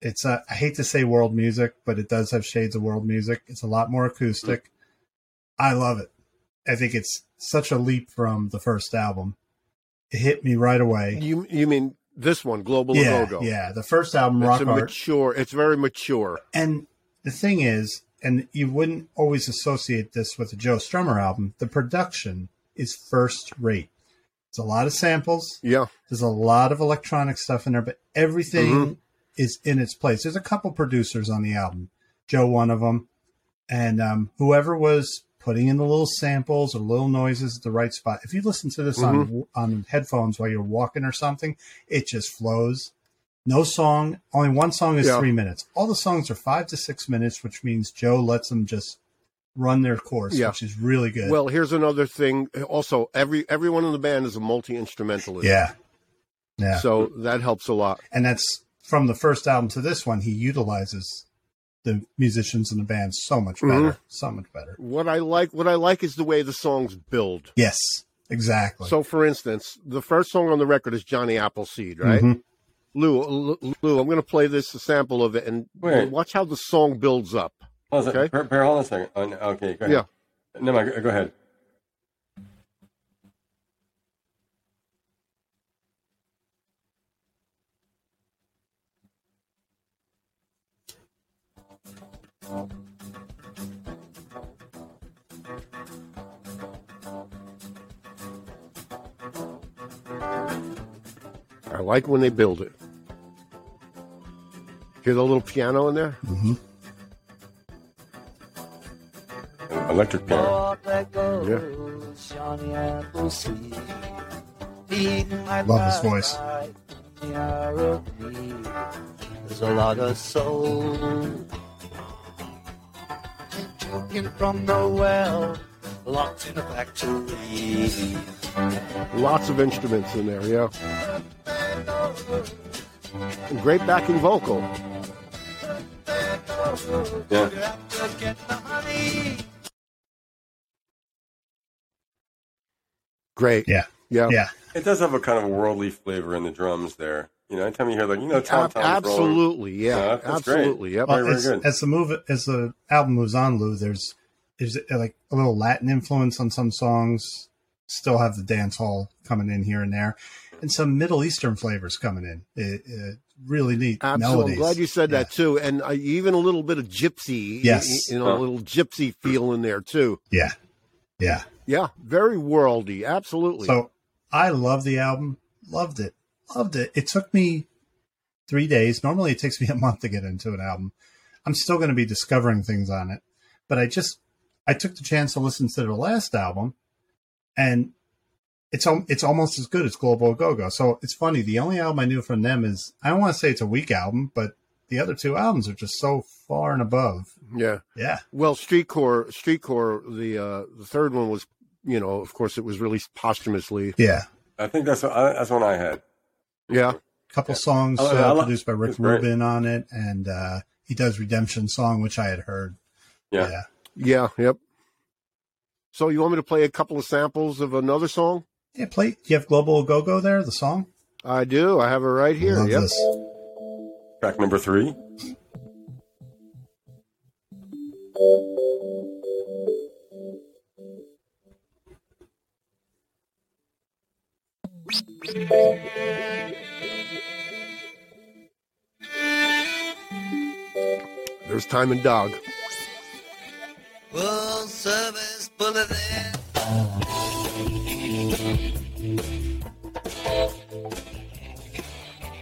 it's uh, I hate to say world music, but it does have shades of world music. It's a lot more acoustic. I love it. I think it's such a leap from the first album. It hit me right away.
You you mean this one, Global
yeah,
Agogo?
yeah. The first album,
It's
Rock
a
Art,
mature. It's very mature.
and the thing is, and you wouldn't always associate this with a Joe Strummer album. The production is first rate. It's a lot of samples.
Yeah.
There's a lot of electronic stuff in there, but everything
Mm-hmm.
is in its place. There's a couple producers on the album, Joe, one of them, and um, whoever was putting in the little samples or little noises at the right spot. If you listen to this
Mm-hmm.
on on headphones while you're walking or something, it just flows. No song, only one song is
Yeah.
three minutes. All the songs are five to six minutes, which means Joe lets them just run their course,
Yeah.
which is really good.
Well, here's another thing. Also, every everyone in the band is a multi instrumentalist.
yeah, yeah.
So that helps a lot.
and that's from the first album to this one. He utilizes the musicians in the band so much better,
Mm-hmm.
so much better.
What I like, what I like, is the way the songs build.
Yes, exactly.
So, for instance, the first song on the record is Johnny Appleseed, right?
Mhm.
Lou, Lou, Lou, I'm going to play this a sample of it, and
Wait.
watch how the song builds up.
Hold on, a
Okay.
sec- Bear, Bear, hold on a second. Oh, no, okay, go ahead.
Yeah.
No, mind, go- go ahead.
I like when they build it. Hear the little piano in there?
Electric piano.
Lord, let
Oh.
go, Johnny Appleseed. Leading my
Love his
path
voice.
right in the hour of need. There's a lot of soul. Drinking from the well, locked in a factory.
Lots of instruments in there, yeah. And great backing vocal.
Yeah.
Get the honey.
Great.
Yeah.
Yeah.
Yeah.
It does have a kind of a worldly flavor in the drums there. You know, anytime you hear like, you know, Tom
Ab-
Tom's rolling.
absolutely. Yeah.
Yeah, that's great.
absolutely. Yep.
Very,
Well,
very
as,
good.
as the move as the album moves on, Lou, there's there's uh, like a little Latin influence on some songs. Still have the dance hall coming in here and there, and some Middle Eastern flavors coming in. It, it, really neat
Absolutely.
melodies.
I'm glad you said that too. And uh, even a little bit of gypsy.
Yes.
You know,
Huh.
a little gypsy feel in there too.
Yeah, yeah.
Yeah. Very worldy. Absolutely.
So I love the album. Loved it. Loved it. It took me three days. Normally it takes me [LAUGHS] a month to get into an album. I'm still going to be discovering things on it, but I just I took the chance to listen to their last album, and it's al- it's almost as good as Global Go Go. So it's funny. The only album I knew from them is I don't want to say it's a weak album, but the other two albums are just so far and above.
yeah.
Yeah,
Well, Street Core, Street Core, the uh, the third one was, you know, of course, it was released posthumously.
yeah.
I think that's what I, that's one I had.
Yeah,
couple songs
I- I
uh,
lo-
produced by Rick
it's great.
Rubin on it, and uh, he does Redemption song, which I had heard.
Yeah.
yeah, yep. So you want me to play a couple of samples of another song?
Yeah, play. Do you have Global Go Go there? The song.
I do. I have it right here.
Love
yep.
this.
Track number three.
There's Time and Dog.
Full service bulletin.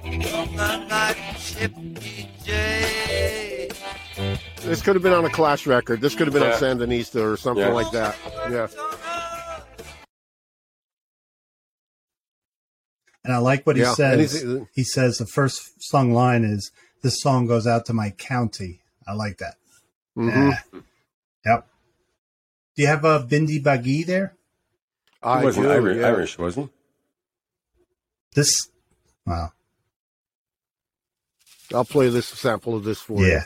On the night ship DJ.
This could have been on a Clash record. This could have been
Yeah.
on Sandinista or something
Yeah.
like that. Yeah.
And I like what he
Yeah, and
says.
he's-
he says the first sung line is, "This song goes out to my county." I like that.
hmm
Yeah. Yep. Do you have a uh, Bindi Bagi there?
He
I
wasn't
do,
Irish,
yeah.
Irish, was he?
This. Wow.
I'll play this sample of this for
Yeah.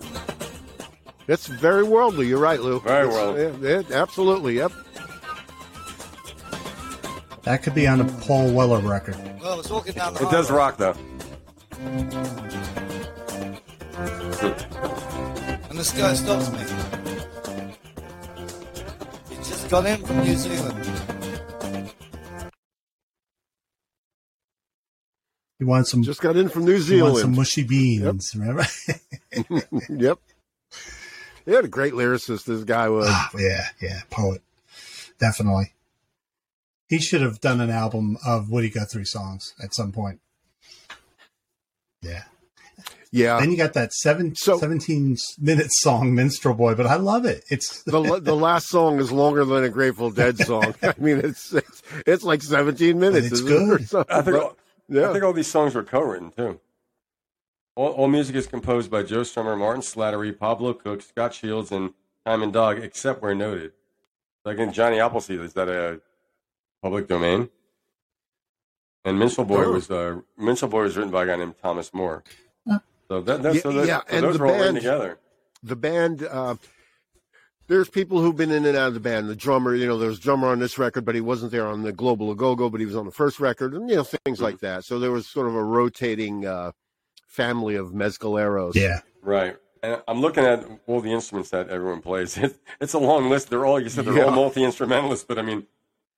you. It's very worldly. You're right, Lou.
Very
It's-
worldly.
yeah, yeah, absolutely. Yep.
That could be on a Paul Weller record.
Well, I was walking down the
It does
hallway.
rock though.
And this guy stops me. He just got in from New Zealand.
He wants some.
Just got in from New
he wants some
Zealand.
mushy beans. Remember? [LAUGHS]
yep. He had a great lyricist. This guy was.
Ah, yeah, yeah, poet, definitely. He should have done an album of Woody Guthrie songs at some point. Yeah.
Yeah.
then you got that seven,
Uh, so-
17 minute song, Minstrel Boy, but I love it. It's
the the last song is longer than a Grateful Dead song. [LAUGHS] I mean, it's it's, it's like 17 minutes.
it's
isn't it, or
good.
something?
I think all,
yeah.
I think all these songs were co-written too. All, all music is composed by Joe Strummer, Martin Slattery, Pablo Cook, Scott Shields, and Time and Dog, except where noted. Like in Johnny Appleseed, is that a public domain? And Minstrel Boy
Oh.
was uh, Minstrel Boy was written by a guy named Thomas Moore. So that, that, so
Uh, Yeah,
that,
yeah,
so
and
those
the
were all written
band-
together.
the band. Uh, there's people who've been in and out of the band. The drummer, you know, there was a drummer on this record, but he wasn't there on the Global Agogo, but he was on the first record, and you know things like that. So there was sort of a rotating uh, family of mezcaleros.
yeah,
Right. And I'm looking at all the instruments that everyone plays. [LAUGHS] It, it's a long list. They're all you said they're all
Yeah.
multi instrumentalists, but I mean,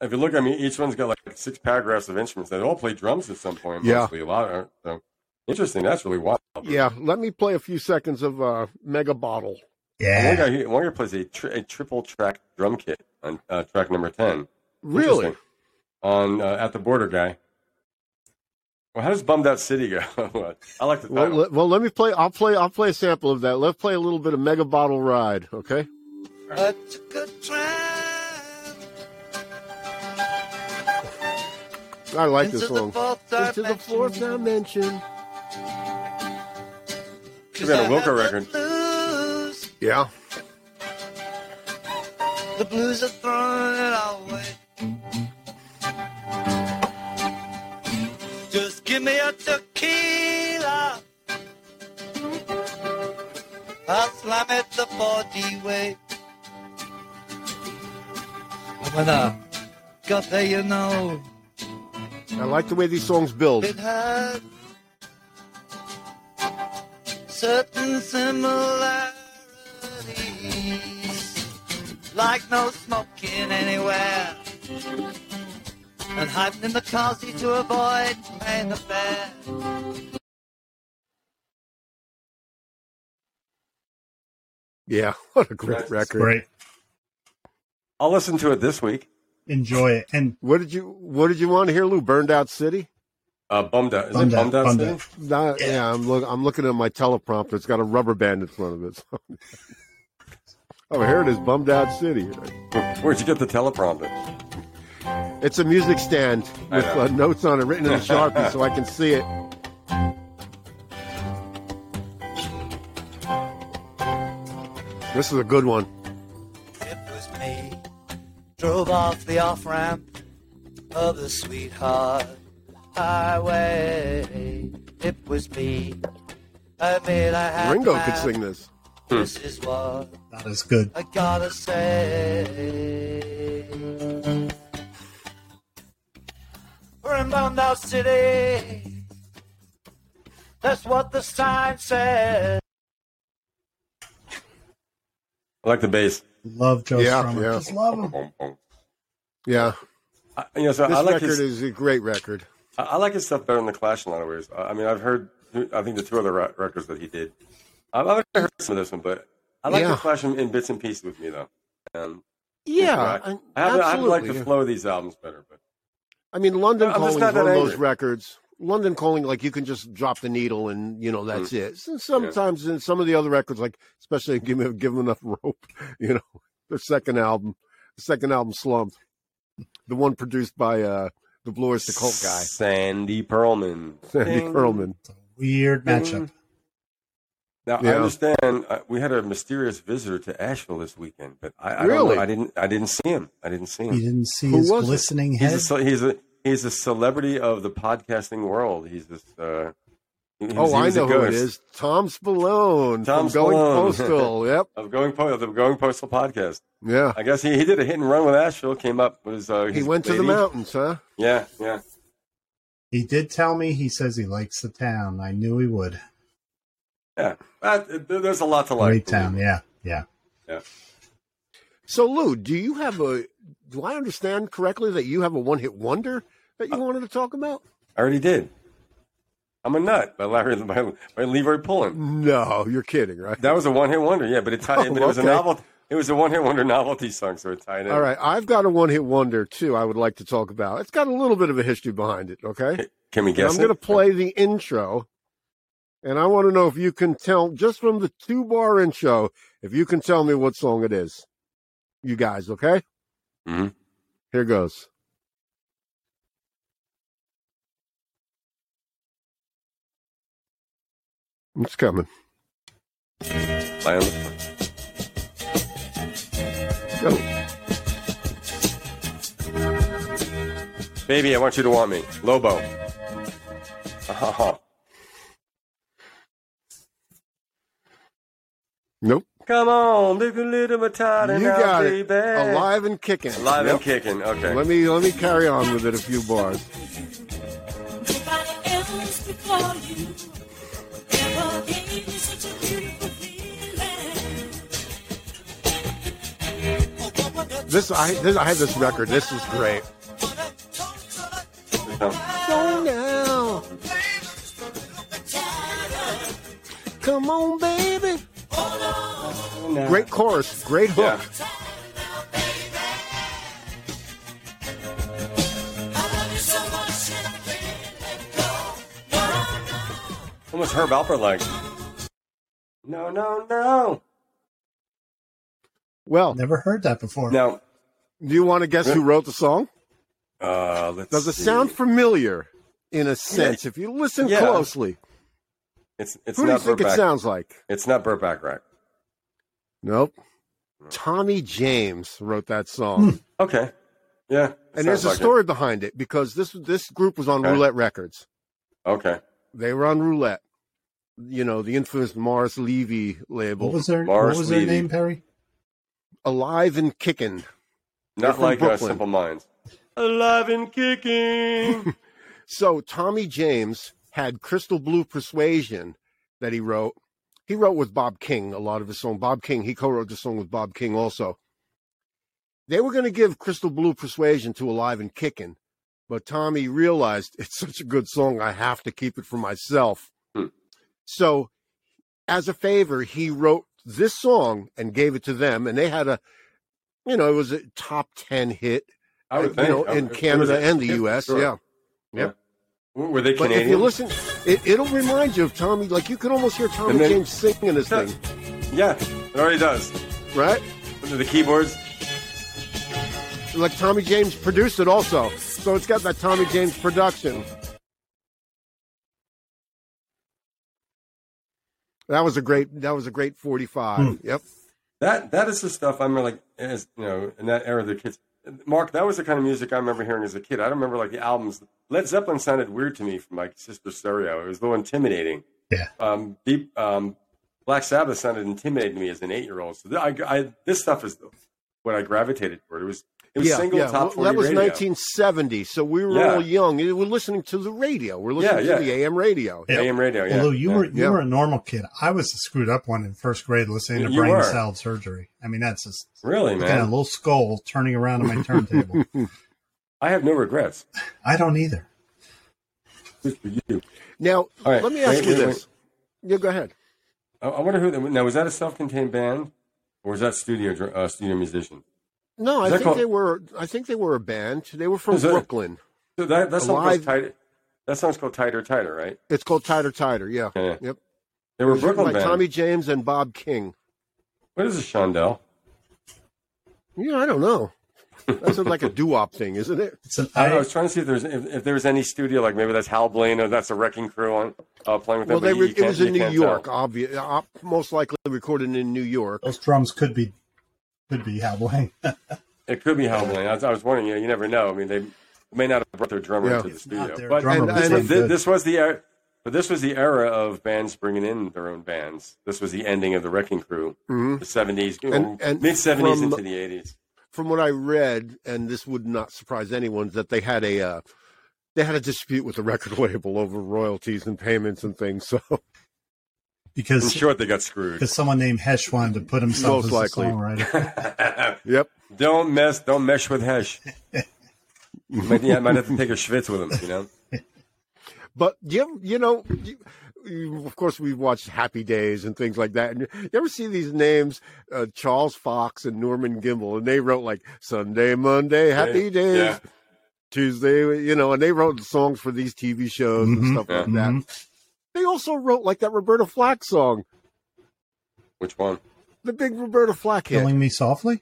if you look, I mean, each one's got like six paragraphs of instruments. They all play drums at some point.
Yeah.
mostly, a lot. Of, so interesting. That's really wild.
Yeah, let me play a few seconds of uh, Mega Bottle.
One
Yeah.
guy, here- one guy plays a, tri- a triple track drum kit on uh, track number ten.
Really?
Interesting. On uh, at the border guy. Well, how does Bummed Out City go? [LAUGHS] I like the
Well,
title.
le- well, let me play. I'll play. I'll play a sample of that. Let's play a little bit of Mega Bottle Ride. Okay.
Such a good time.
I like
Into
this
the
song.
fourth
Into the
dimension.
fourth dimension.
Should have been a
I
Wilco
have the
record.
Blues.
Yeah.
The blues are throwing it all away. Just give me a tequila. I'll slam it the 40 way. And When I got there, you know,
I like the way these songs build.
it had certain similarities, like no smoking anywhere, and hiding in the closet to avoid paying the fare.
Yeah. [LAUGHS] What a great
That's
record.
Great.
I'll listen to it this week.
Enjoy it. And
What did you What did you want to hear, Lou? Burned Out City.
Uh, bummed out. Is
Bummed
it
Out,
bummed out?
Bummed
City?
Nah,
Out.
yeah.
Yeah.
I'm look. I'm looking at my teleprompter. It's got a rubber band in front of it. [LAUGHS] oh, here it is. Bummed Out City.
Where'd you get the teleprompter?
It's a music stand
I
with
know.
uh, notes on it written in
[LAUGHS]
a sharpie, so I can see it. This is a good one.
It was me. Drove off the off ramp of the sweetheart highway. It was me. I made a half
Ringo could
mile.
sing this.
This is what
not as good.
I gotta say. We're in Bondo City. That's what the sign says.
I like the bass.
Love Joe
Yeah,
Strummer.
yeah.
Just love him.
Boom, boom.
Yeah,
Um, I, you know, so
Oh. this
I like
record
his,
is a great record.
I I like his stuff better than the Clash in a lot of ways. I, I mean, I've heard, I think the two other re- records that he did. I've I've heard some of this one, but I like
Yeah.
the Clash in, in bits and pieces with me though. Um,
Yeah,
Right.
I,
I have, I have like
absolutely.
the flow of these albums better, but
I mean, London
I'm just
Calling is
not
one of
that
those
angry.
records. London Calling, like you can just drop the needle and you know
Mm.
that's it. So sometimes in some of the other records, like especially [LAUGHS] give me give 'Em enough rope, [LAUGHS] you know, the second album, the second album slump, the one produced by uh the Blowers, the Cult guy,
Sandy Pearlman.
Sandy
Ding.
Pearlman.
Weird
Mm-hmm.
matchup.
Now I
Yeah.
understand uh, we had a mysterious visitor to Asheville this weekend, but I, I don't
Really?
know. I didn't. I didn't see him. I didn't see
You
him.
didn't see
Who
his
was it?
glistening
He's
head.
a, ce- he's a he's a celebrity of the podcasting world. He's this. Uh, he- he was-
Oh,
he
I
was a
know who it
ghost
is. Tom Spallone
Tom
from Going
Spallone. [LAUGHS]
Postal. yep.
Of going po- the going postal podcast.
Yeah.
I guess he, he did a hit and run with Asheville. Came up with his. Uh,
He
his
went to the
lady.
mountains, huh?
Yeah, yeah.
He did tell me he says he likes the town. I knew he would.
Uh, there- there's a lot to like.
Great town. Yeah. Yeah.
So, Lou, do you have a? Do I understand correctly that you have a one-hit wonder that
Uh,
you wanted to talk about?
I already did. I'm a nut by Larry by, by Leroy Pullen.
No, you're kidding, right?
That was a one hit wonder, yeah. But it
[LAUGHS]
tied.
Oh,
but it was
okay.
a novel. It was a one hit wonder novelty song, so it tied in.
All right, I've got a one-hit wonder too. I would like to talk about. It's got a little bit of a history behind it. Okay,
Can we
And
guess?
I'm going to
it?
play the intro, and I want to know if you can tell just from the two-bar intro if you can tell me what song it is. You guys, okay?
Mhm.
Here goes. It's coming.
Lie on the-
Go.
Baby, I want you to want me, Lobo. Uh-huh.
Nope.
Come on, big little matata,
You
now,
got it.
baby.
Alive and kicking.
Alive
Yep.
and kicking. Okay.
Let me let me carry on with it a few bars.
Nobody else before you ever gave me such a beautiful feeling.
This I this, I have this record. This is great. So now, come on, baby. Great chorus, great hook.
Yeah. Almost Herb Alpert like. No, no, no.
Well,
Never heard that before.
Now,
do you want to guess who wrote the song?
uh, let's
Does it
see.
sound familiar? In a sense, if you listen
Yeah.
closely,
It's it's
who do you
not
think
Burt
it
Bacharach.
sounds like?
It's not Burt Bacharach.
Nope. Tommy James wrote that song.
Okay. Yeah. it
and there's
sounds
a
like it.
story behind it because this this group was on
Okay.
Roulette Records.
Okay.
They were on Roulette. You know, the infamous Mars Levy label.
what was their
Morris
What was their
Levy.
name, Perry?
Alive and Kickin'.
Not
from
like uh,
Brooklyn.
Simple Minds. Alive and kicking.
So Tommy James had Crystal Blue Persuasion that he wrote. He wrote with Bob King a lot of his song. Bob King, he co-wrote the song with Bob King also. They were going to give Crystal Blue Persuasion to Alive and Kickin', but Tommy realized [LAUGHS] it's such a good song, I have to keep it for myself.
Hmm.
So, as a favor, he wrote this song and gave it to them, and they had a, you know, it was a top ten hit,
I would
you
think.
know,
I
in
would-
Canada
what is it?
and the
Yeah,
U.S.
sure.
Yeah.
W- Were they
But
Canadian?
if you listen, it, it'll remind you of Tommy. Like you can almost hear Tommy
And then-
James singing this
Yeah. [LAUGHS]
thing,
Yeah, it already does.
right?
Under the keyboards.
Like Tommy James produced it also, so it's got that Tommy James production. That was a great. That was a great forty-five. Yep.
That that is the stuff I remember, like as you know, in that era, the kids. Mark, that was the kind of music I remember hearing as a kid. I don't remember like the albums. Led Zeppelin sounded weird to me from my sister's stereo. It was a little intimidating.
Yeah.
Um, deep, um, Black Sabbath sounded intimidating to me as an eight-year-old. So th- I, I, this stuff is what I gravitated toward. It was it was
yeah,
single
yeah.
top
Well,
forty
that was
radio.
1970, so we were
Yeah.
all young. and We're listening to the radio. We're listening
yeah.
to the AM radio.
Yeah.
AM radio. Oh, Yeah.
Although you
yeah.
were you
Yeah.
were a normal kid, I was a screwed up one in first grade listening to
You
brain
were.
salve surgery. I mean, that's just
really man.
kind of little skull turning around on my
[LAUGHS]
turntable.
I have no regrets.
I don't either.
Good for you.
Now,
All right,
let me ask
wait,
you
wait,
this. Yeah, go ahead.
I, I wonder who. That, now was that a self-contained band, or was that studio dr- uh, studio musician?
No, I
that
think
called-
they were. I think they were a band. They were from
Is that-
Brooklyn.
So that that song
Alive-
goes tighter. That song's called tighter, tighter, right?
It's called Tighter, Tighter. Yeah.
Yeah.
Yep.
They were
It was written
Brooklyn
by
band.
Tommy James and Bob King.
What is a Shondell?
Yeah, I don't know. That's like a doo-wop thing, isn't it?
It's an
[LAUGHS] I, I
I,
was trying to see if there's if, if there was any studio like maybe that's Hal Blaine or that's a Wrecking Crew on uh, playing with
well,
them.
they
but
were,
you
it was
can't-
in
you
New
can't tell.
York, obvious, uh, most likely recorded in New York.
those drums could be could be
[LAUGHS]
Howling.
It could be Hal Blaine. I was, I was wondering. You, know, you never know. I mean, they may not have brought their drummer
Yeah.
into the
If not,
studio,
their
but
drummer
and-
was
and
damn
thi-
good.
this was the era. But this was the era of bands bringing in their own bands. This was the ending of the Wrecking Crew,
hmm
the seventies,
And- and
mid seventies
from-
into
[LAUGHS]
the eighties.
From what I read, and this would not surprise anyone, that they had a uh, they had a dispute with the record [LAUGHS] label over royalties and payments and things. So [LAUGHS]
In
because
short, they got screwed. [LAUGHS]
because someone named Hesh wanted to put
Most
himself as
likely.
a songwriter.
yep,
Don't mess. Don't mesh with Hesh. might, yeah, might have to take a schwitz with him. You know.
but you you know. You, you- of course, we've watched Happy Days and things like that. And you ever see these names, uh, Charles Fox and Norman Gimbel, and they wrote like Sunday, Monday, [LAUGHS] Happy Days,
Yeah.
Tuesday, you know, and they wrote songs for these TV shows
Mhm.
and stuff like
Mhm.
that. They also wrote like that Roberta Flack song,
Which one?
the big Roberta Flack hit, "Killing,
Killing me softly.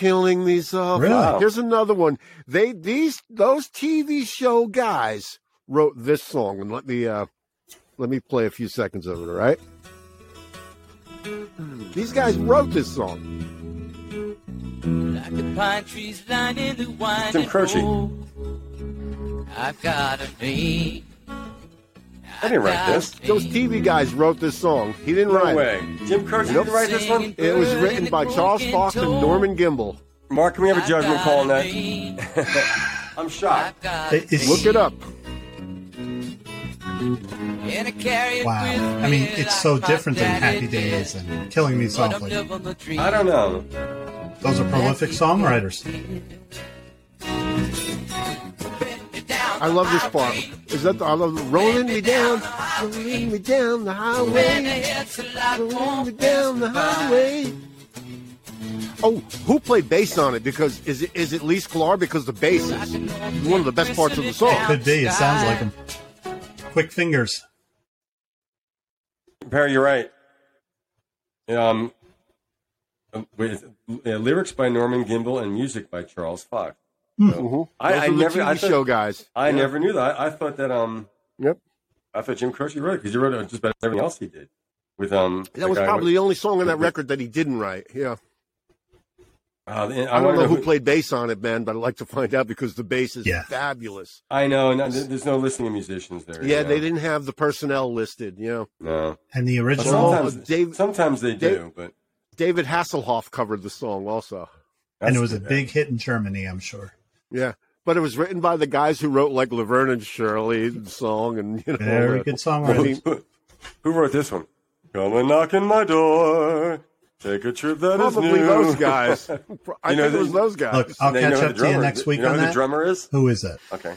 Me Softly."
Really?
Here's uh, another one. They these those TV show guys wrote this song, and let me uh let me play a few seconds of it. All right, these guys wrote this song.
Like the pine trees lining the wine.
Tim Croce.
I've got a need.
I didn't write this.
Those TV guys wrote this song. He didn't
No
write. it.
way. Jim Croce didn't write this one.
It was written by Charles Fox and Norman Gimbel.
Mark, can we have a
I've
judgment
got
call on
a
that?
need.
I'm shocked.
I've got
It- it's-
Look it up.
And I carry it
Wow.
with
I mean,
me
it's
like
so
my
different than
daddy
Happy
did.
Days and Killing Me
But I'm
Softly.
living the dream.
I don't know.
Those are prolific songwriters.
I love this part. Is that the, I love rolling me down, rolling me down the highway, rolling me down the highway. Oh, who played bass on it? Because is it is it Lee Sklar? Because the bass is one of the best parts of the song.
Could be. It sounds like them. Quick fingers.
Perry, you're right. Um, with uh, lyrics by Norman Gimbel and music by Charles Fox. Mm-hmm. I,
Those
I
are the
never,
TV
I thought,
show guys.
I never knew that. I, I thought that um,
Yep.
I thought Jim Croce wrote it because he wrote it just about everything else he did. With um,
That was
guy with-
probably the only song on that record that he didn't write. Yeah.
Uh, and
I don't
wonder
know who played bass on it, man, but I'd like to find out because the bass is
Yeah.
fabulous.
I know, and th- there's no listing of musicians there.
Yeah,
you know?
they didn't have the personnel listed. You know,
No,
And the
But
original.
sometimes,
uh, Dave-
sometimes they
Dave-
do, but
David Hasselhoff covered the song also.
and it
that's-
was a big hit in Germany, I'm sure.
Yeah, but it was written by the guys who wrote like Laverne and Shirley the song, and you know,
Very
uh,
good
I
songwriter.
mean,
Who [LAUGHS] who wrote this one? Come and knock on my door. Take a trip that is
probably
new. [LAUGHS]
those [LAUGHS] guys. I
You know,
think it was
they-
those guys.
Look, I'll
They know
catch
who
up
the
to you
drummer
next
is.
week
You know
on
who the
that.
drummer is?
Who is it?
Okay.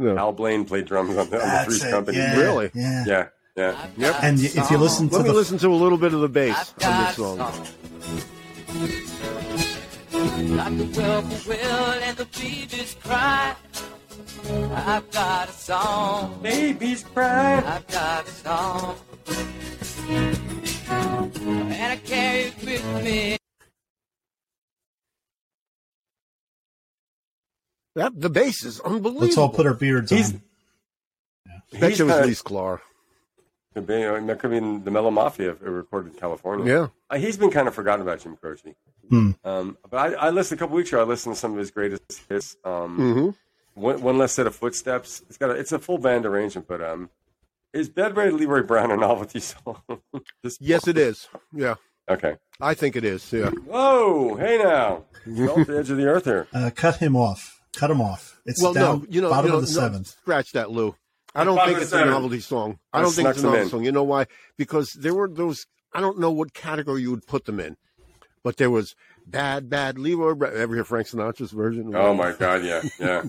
Yeah.
Al Blaine played drums on the, on the Three's Company.
Yeah,
Really?
Yeah.
Yeah, yeah.
And y- if you listen to
Let me
the
listen to a little bit of the bass
I've
on
got
this song.
songs. Like the whelp will and the beavers cry. I've got a song.
Babies cry.
I've got a song. And I carry it with me.
That the bass is unbelievable.
let's all put our beards
He's-
on.
Bet
He's
you it was
kinda-
Lee Sklar.
Could be, I mean, that could be in the Mellow Mafia if it recorded in California.
Yeah.
Uh, he's been kind of forgotten about Jim Croce.
Hmm.
Um, but I, I listened a couple weeks ago. I listened to some of his greatest hits. Um,
Mm-hmm.
one, one less set of footsteps. It's got a, it's a full band arrangement, but um, is Bed Ready Leroy Brown a novelty [LAUGHS] song? Just-
Yes, it is. Yeah,
Okay.
I think it is. Yeah.
Whoa! Hey now, Fell off the edge of the earth here.
Uh, cut him off. Cut him off. It's
well,
down
no, you know,
bottom
you know,
of the
no,
seventh.
Scratch that, Lou. I don't
Bottom
think
of the
it's a
seventh.
novelty song. I
I
don't think it's
snuck
a
them
novelty
in.
song. You know why? Because there were those. I don't know what category you would put them in, but there was bad, bad Leroy. Bra- Ever hear Frank Sinatra's version?
Oh my God! Yeah, yeah.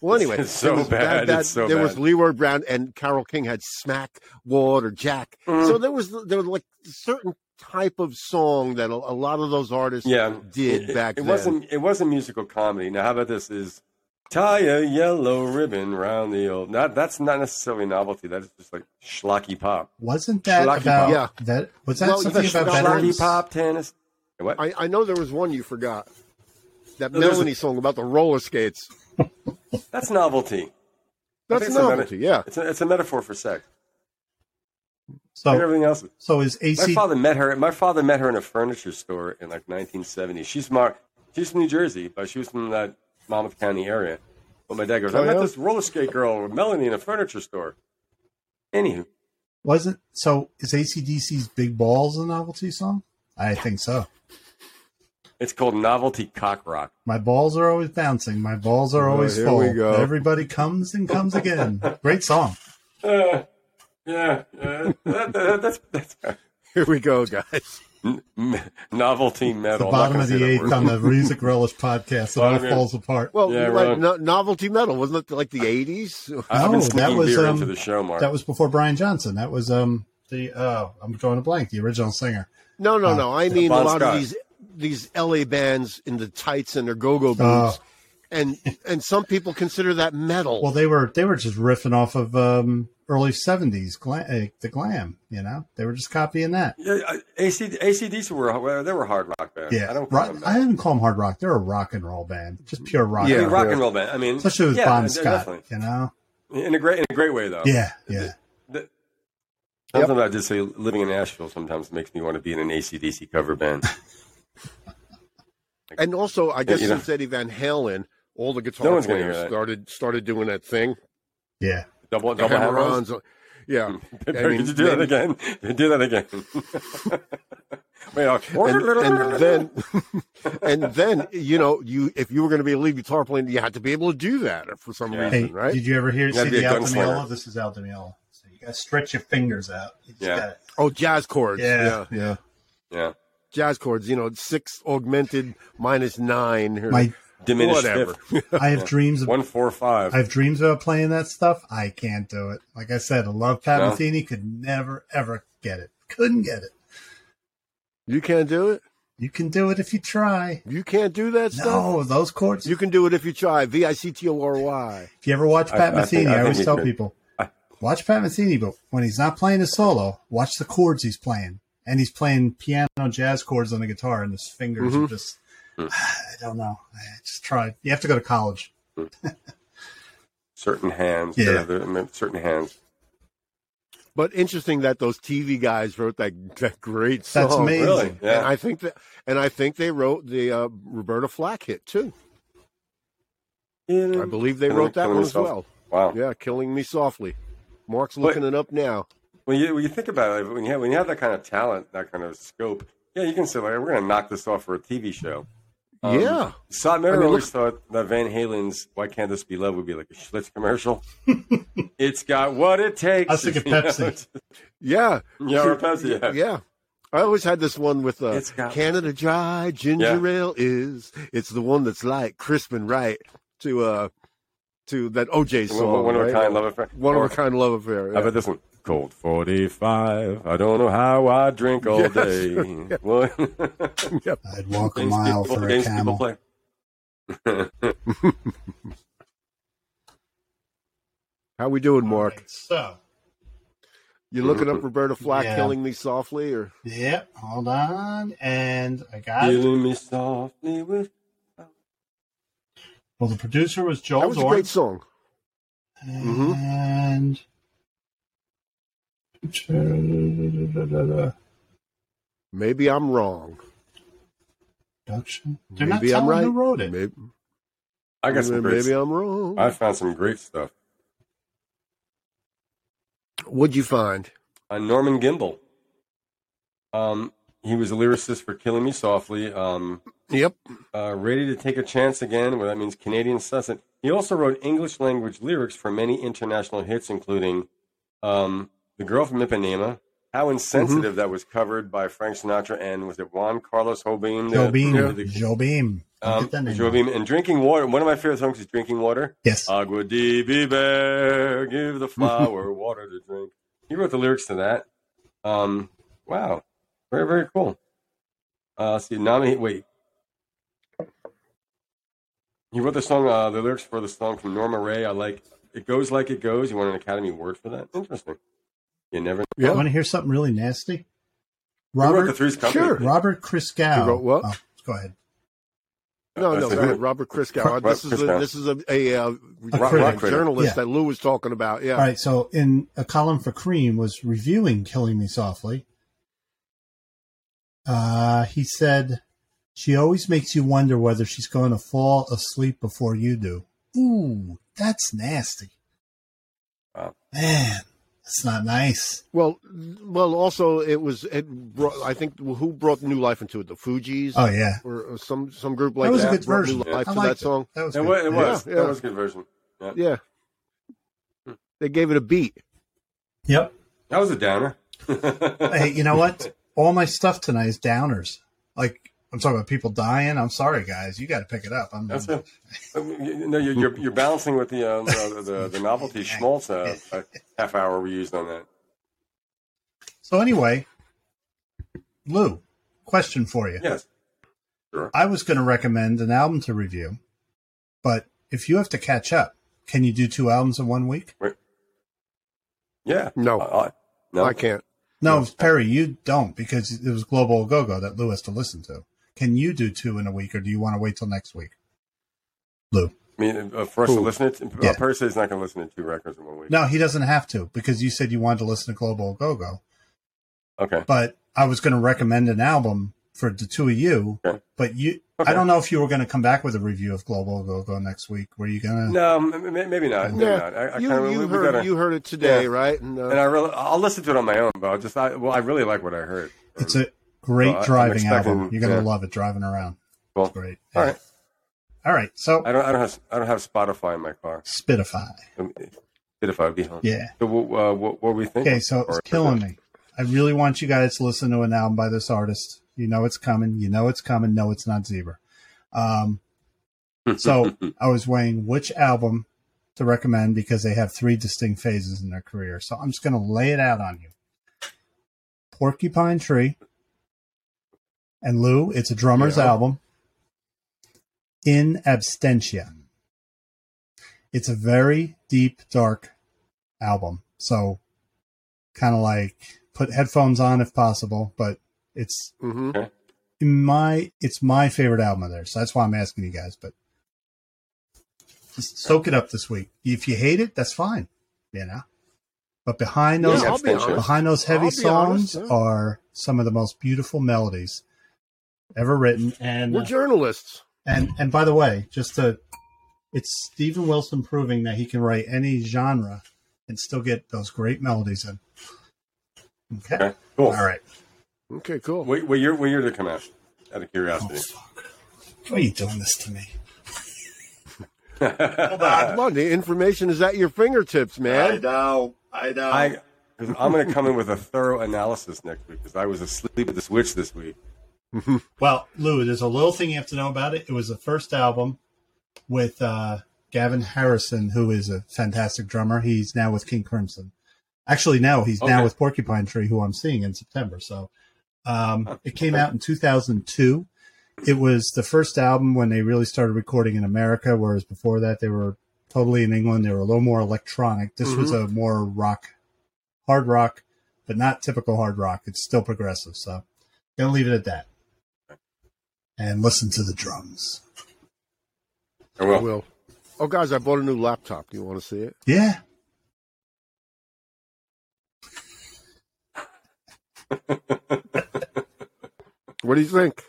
Well, anyway,
It's so
there was
bad, it's so
there was
bad.
Leroy Brown and Carol King had Smack, Ward, or Jack.
Mm.
So there was there was like certain type of song that a, a lot of those artists
[LAUGHS] Yeah,
did
it,
back
it
then.
wasn't it wasn't musical comedy. Now, how about this? Is tie a yellow ribbon round the old? Not that's not necessarily novelty. That's just like schlocky pop.
Wasn't that
Schlocky
about
Pop.
that? Was that
Well,
something
it's
about
not Schlocky
veterans?
Schlocky pop tennis. What?
I, I know there was one you forgot. That
No, there's
Melanie song about the roller skates.
that's novelty. I
That's
think it's a meta-
novelty, yeah. [LAUGHS]
It's a, it's a metaphor for sex.
Oh.
Like
So,
everything else.
so is
My
AC?
father met her. My father met her in a furniture store in like 1970. She's from our, she's from New Jersey, but she was from that Monmouth County area. But my dad goes,
Oh,
I met
yeah?
this roller skate girl, Melanie, in a furniture store. Anywho,
Wasn't so? Is ACDC's "Big Balls" a novelty song? I think so.
it's called novelty cock rock.
My balls are always bouncing. My balls are always
here
full.
we go.
Everybody comes and comes again. Great
[LAUGHS]
song.
Uh, yeah, uh, that, that, that's that's
Here we go, guys.
n- n- [LAUGHS] novelty
The
metal. I'm not
bottom
gonna
of
say
the
that
eighth
word.
on the Music Relish podcast. It all
Bottom of-
falls apart.
Well,
Yeah,
like
right.
no- novelty metal wasn't it like the eighties?
I've
No,
been
that
sneaking
was,
beer
um,
into the show, Mark.
That was before Brian Johnson. That was um the oh I'm drawing a blank. The original singer.
No, no, no. I mean a
Uh, Bon
lot
Scott.
of these these LA bands in the tights and their
Uh.
go-go boots,
Oh.
and and some people consider that metal.
Well, they were they were just riffing off of um early '70s glam, uh, the glam. You know, they were just copying that.
yeah, uh, AC, ACDC were well, they were hard rock band.
Yeah,
I don't call
rock,
them that.
I didn't call them hard rock. They're a rock and roll band, just pure rock.
I
Yeah.
mean,
and roll.
rock and roll band. I mean,
Especially with
yeah,
Bon
they're
Scott,
definitely. Oh.
you know.
in a great in a great way though.
Yeah, yeah.
The- Something about just say living in Nashville sometimes makes me want to be in an ACDC cover
[LAUGHS]
band.
and also, I guess
you know.
since Eddie Van Halen, all the guitar
No one's gonna hear
players
that.
started started doing that thing.
Yeah.
Double
The
double
hammer-ons.
[LAUGHS]
uh,
hammer-ons.
Yeah,
Could
mean,
you do that
maybe-
again? [LAUGHS] Do that again. Wait, I'll-
and, and then [LAUGHS] and then you know you if you were going to be a lead guitar player you had to be able to do that for some
Yeah.
reason
Hey,
right
did you ever hear
gotta
see
be
the
a
Al
gunslinger.
Damiola? This is Al Damiola. So you got to stretch your fingers out. You just
Yeah.
gotta-
oh jazz chords
yeah, yeah.
yeah,
jazz chords, you know, six augmented minus nine or
My,
Diminished
whatever.
fifth.
I have dreams of
[LAUGHS] One four five.
I have dreams about playing that stuff. I can't do it. Like I said, I love Pat
No.
Metheny. Could never ever get it. Couldn't get it.
You can't do it.
You can do it if you try.
You can't do that stuff.
No, those chords.
You can do it if you try. V I C T O R Y.
if you ever watch
I-
Pat
I think-
Metheny, I,
I think
always
you
tell
could.
people,
I-
watch Pat Metheny, but when he's not playing a solo, watch the chords he's playing. And he's playing piano jazz chords on the guitar, and his fingers are
Mm-hmm.
Mhm.
just. [SIGHS] I don't know. I just tried. You have to go to college.
certain hands.
Yeah.
Yeah. certain hands.
But interesting that those TV guys wrote that that great song.
That's amazing.
Really? Yeah.
And I think that, and I think they wrote the uh, Roberta Flack hit too. I believe they
Killing-
wrote that
Killing
one
Me
as well.
Wow.
Yeah, killing me softly. Mark's looking it up now.
When you when you think about it, when you have, when you have that kind of talent, that kind of scope, yeah, you can say like, we're going to knock this off for a TV show. Um,
yeah,
So I remember
I mean,
always thought that Van Halen's "Why Can't This Be Love" would be like a Schlitz commercial. [LAUGHS] it's got what it takes.
I was thinking
You know,
Pepsi.
it's-
yeah,
[LAUGHS] yeah, or Pepsi. Yeah.
yeah. I always had this one with uh,
It's got-
Canada Dry Ginger
Yeah.
Ale is. It's the one that's like crisp and right to uh to that OJ
One,
song.
one of a
right?
kind, love affair.
One of
Or-
a kind love affair.
How
yeah.
about this one? Cold 45. I don't know how I drink all
Yes.
day. [LAUGHS] What?
I'd walk a
Things
mile
people-
for a
games people
camel.
play.
How we doing, Mark?
Alright, So,
You looking up Roberta Flack
Yeah.
killing me softly, or
yeah, hold on. And I got it.
Killing me softly with.
Well, the producer was
that
Joel
was a great
Zorn.
song.
mm-hmm.
Mhm.
And
Maybe I'm wrong.
production. They're
Maybe
not
I'm
telling
right.
who wrote it.
Maybe,
I got some great
maybe
stuff.
I'm wrong.
I found some great stuff.
What'd you find?
Uh, Norman Gimbel. Um, he was a lyricist for Killing Me Softly. Um,
Yep.
uh, Ready to Take a Chance Again, well, that means Canadian Sussex. He also wrote English language lyrics for many international hits, including um, The Girl from Ipanema. How insensitive
Mm-hmm.
that was covered by Frank Sinatra and was it Juan Carlos Jobim?
Joe
The-
Beam.
the-
Joe Beam. I'll
um,
get that name
Joe
right.
Beam. And Drinking Water. One of my favorite songs is Drinking Water.
Yes.
Agua de beber, give
[LAUGHS]
the flower water to drink. He wrote the lyrics to that. Um, wow, very very cool. Uh, let's see, Nami. Wait, he wrote the song. Uh, the lyrics for the song from Norma Ray. I like it goes like it goes. You want an Academy Award for that? Interesting. You never.
Yeah.
Want to hear something really nasty?
Who wrote the
Robert
Three's Company?
Sure.
Robert Christgau.
He wrote what?
Oh, go ahead.
No,
Uh,
no,
so
go
who-
ahead. Robert Christgau.
Robert
This is a,
Christgau.
this is a, a, uh
rock
a
critic.
journalist
Yeah.
that Lou was talking about. Yeah,
All right. So, in a column for Cream was reviewing "Killing Me Softly." Uh, he said, "She always makes you wonder whether she's going to fall asleep before you do." Ooh, that's nasty.
Wow.
Man, that's not nice.
Well, well, also it was it. Brought, I think who brought new life into it? The Fugees
Oh yeah,
or, or some some group like
that was
that
a good
brought
version.
New life
I
to
liked
that song.
That was
It
good.
was. It was.
Yeah,
That
yeah.
was a good version.
Yeah, they gave it a beat.
Yep.
That was a downer. [LAUGHS]
Hey, you know what? All my stuff tonight is downers. Like I'm talking about people dying. I'm sorry, guys. You got to pick it up. I'm
That's it. No, you're, you're, you're balancing with the uh, the, the,
[LAUGHS]
the novelty schmaltz uh, uh, half hour we used on that.
so anyway. Lou, question for you.
Yes.
I was going to recommend an album to review, but if you have to catch up, can you do two albums in one week?
Yeah.
No.
I- I- no.
I can't.
No, Perry, you don't because it was Global Go Go that Lou has to listen to. Can you do two in a week, or do you want to wait till next week? Lou,
I mean, uh, for us to
Who?
listen to,
Yeah.
a person is not going to listen to two records in one week.
no, he doesn't have to because you said you wanted to listen to Global Go Go.
Okay.
but I was going to recommend an album for the two of you.
Okay.
But you,
Okay.
I don't know if you were going to come back with a review of Global Go Go next week. Were you going to?
No, um, m- m- maybe not. Maybe
Yeah,
not. I, I
you
kinda,
you
we,
heard
we gotta,
you heard it today,
Yeah.
right? And, uh,
and I really, I'll listen to it on my own, but I'll just, I, well, I really like what I heard.
It's a great
Well, I- I'm
driving
expecting-
album. You're going to
yeah.
love it driving around.
Cool.
It's great.
All right.
All right. So
I don't, I don't have, I don't have Spotify in my car.
Spitify.
Um, Bit if I would be home.
Yeah.
So, what, uh, what, what were we thinking?
Okay. So it's
Or-
killing me. I really want you guys to listen to an album by this artist. You know it's coming. You know it's coming. No, it's not Zebra. Um,
[LAUGHS]
so I was weighing which album to recommend because they have three distinct phases in their career. So I'm just going to lay it out on you. Porcupine Tree and Lou, it's a drummer's
Yeah.
album. In Abstentia. It's a very deep, dark album. So kind of like put headphones on if possible, but it's
hmm
my it's my favorite album of theirs. So that's why I'm asking you guys, but just soak it up this week. If you hate it, that's fine, you know. But behind those
Yeah, I'll be honest.
behind those
I'll
heavy
be
songs
honest, yeah.
are some of the most beautiful melodies ever written. And uh,
We're journalists.
and and by the way, just to it's Stephen Wilson proving that he can write any genre and still get those great melodies in. Okay.
Okay, cool.
All right.
Okay, cool.
Wait, what year? What year did it come out? Out of
Oh,
[LAUGHS] curiosity.
Why are you doing this to me?
Come on, the information is at your fingertips, man.
know. I know.
I, 'cause I'm going to come in with a thorough analysis next week because I was asleep at the switch this week.
Well, Lou, there's a little thing you have to know about it. It was the first album with uh, Gavin Harrison, who is a fantastic drummer. He's now with King Crimson. Actually, no, he's
Okay.
now with Porcupine Tree, who I'm seeing in September. So um, it came out in 2002. It was the first album when they really started recording in America, whereas before that they were totally in England. They were a little more electronic. This was a more rock, hard rock, but not typical hard rock. It's still progressive. So gonna leave it at that and listen to the drums.
I will. [LAUGHS]
Will. Oh, guys, I bought a new laptop. Do you want to see it?
Yeah.
What do you think?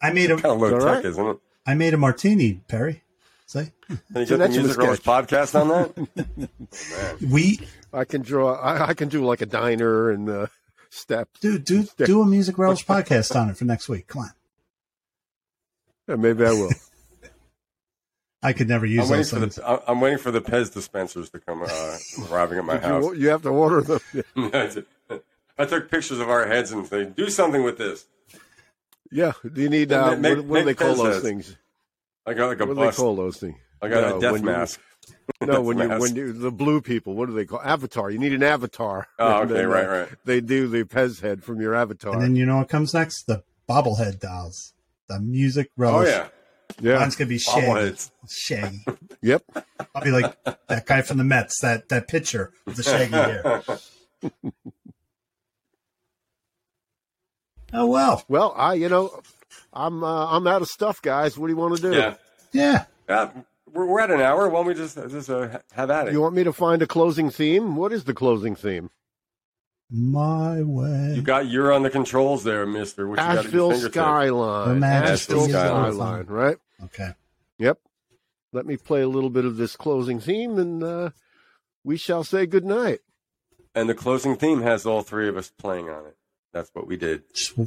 I made a
Kind of low
It's all
tech,
right.
isn't it?
I made a martini, Perry. See?
Can you
So
get the
that's your
music Girls
sketch.
podcast on that?
[LAUGHS]
We
I can draw. I, I can do like a diner and uh, step.
do do do a
[LAUGHS]
music relish podcast on it for next week. Come on.
Yeah, maybe I will.
I could never use
I'm waiting
those
for
things.
the I- I'm waiting for the Pez dispensers to come uh,
[LAUGHS]
arriving at my
you,
house.
you have to order them. [LAUGHS]
[LAUGHS] I took pictures of our heads and say, "Do something with this."
Yeah. Do you need?
Yeah,
Uh,
make-
what, what do they
make
call
pesos.
those things?
I got like a
What do they
bust.
call those things?
I got
No,
a death
when you-
mask. [LAUGHS]
No, when you
mask.
when you the blue people, what do they call avatar? You need an avatar. [LAUGHS]
Oh,
And
okay,
then,
right,
uh,
right.
They do the Pez head from your avatar.
And then you know what comes next? The bobblehead dolls. The music
Oh
relish.
yeah,
yeah.
Mine's gonna be shaggy.
bobbleheads.
Shaggy.
Yep.
I'll be like that guy from the Mets, that that pitcher with the shaggy
[LAUGHS]
hair. oh well.
Well, I you know, I'm uh, I'm out of stuff, guys. What do you want to do?
Yeah,
Yeah.
yeah. We're, we're at an hour. Why don't we just just uh, have at it?
You want me to find a closing theme? What is the closing theme?
My way.
You got you're on the controls there, Mister. What you got at your
Asheville
fingertips.
Skyline.
The
Asheville
Asheville
Skyline.
Skyline.
right?
Okay.
Yep. Let me play a little bit of this closing theme and uh, we shall say goodnight.
And the closing theme has all three of us playing on it. That's what we did.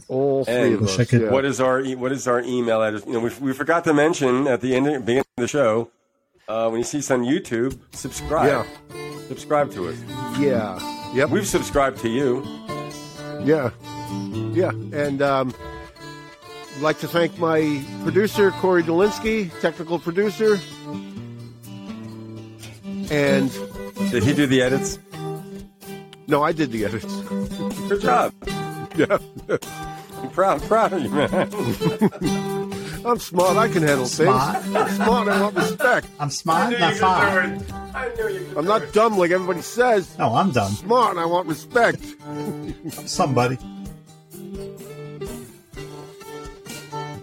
All three
And
of
wish
us.
I could-
yeah.
What is our e- what is our email address? You know, we, we forgot to mention at the end of, beginning of the show uh, when you see us on YouTube, subscribe.
Yeah.
Subscribe to us.
yeah. Yep.
We've subscribed to you.
Yeah. Yeah. And um, I'd like to thank my producer, Corey Dolinsky, technical producer. And
Did he do the edits?
no, I did the edits.
Good job.
Yeah.
I'm proud, proud of you, man.
I'm smart. I can handle
Smart.
things. I'm smart. I want respect.
I'm
[LAUGHS]
smart, not fine.
I'm not dumb like everybody says.
No, I'm done.
Smart. I want respect.
Somebody.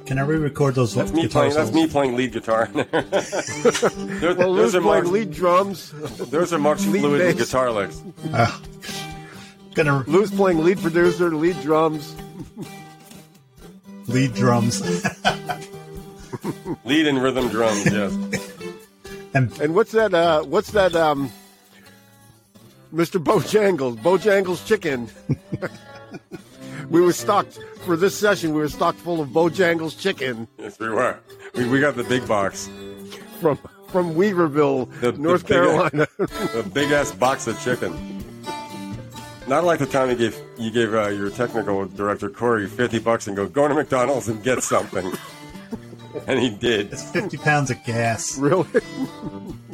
Can I re-record those
That's me
guitar
playing. That's me
solos?
playing lead guitar. [LAUGHS] Those-
Well, Lou's
those are
playing
Mark's,
lead drums.
those are Mark's
lead
fluid
bass.
guitar licks.
Ah. gonna
Lou's playing lead producer, lead drums.
lead drums
Lead and rhythm drums. Yes.
and
And what's that? Uh, what's that? Um, Mr. Bojangles, Bojangles chicken. [LAUGHS] we were stocked for this session. We were stocked full of Bojangles chicken
Yes, we were. We, we got the big box,
from from Weaverville,
The- the
North
big-
Carolina.
the big ass box of chicken. Not like the time you gave you gave uh, your technical director Corey fifty bucks and go go to McDonald's and get something, [LAUGHS] and he did.
It's 50 pounds of
[LAUGHS]
gas.
Really?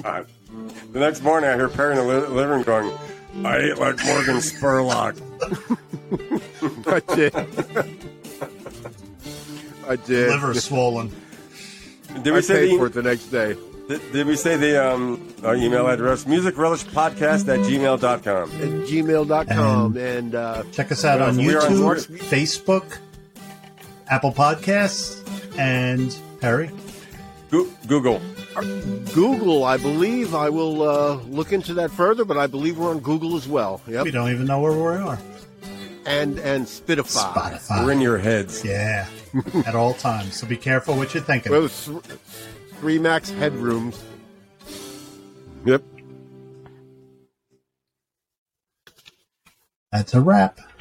God. The next morning, I hear Perry in the li- living room going, "I ate like Morgan Spurlock."
I did. I did.
Liver swollen.
Did
I
we say
paid
the, e-,
for it the next day.
Did, did we say the um, our email address? Musicrelishpodcast at gmail.com.
At gmail.com. And uh,
Check us out on
We are on
YouTube,
Twitter.
Facebook, Apple Podcasts, and Perry.
Go- Google.
Google, I believe I will uh, look into that further, but I believe we're on Google as well.
We
Yep.
don't even know where we are.
And and Spotify.
Spotify.
We're in your heads. [LAUGHS]
Yeah, at all times. So be careful what you're thinking.
Well, th- three max headrooms.
Yep.
That's a wrap.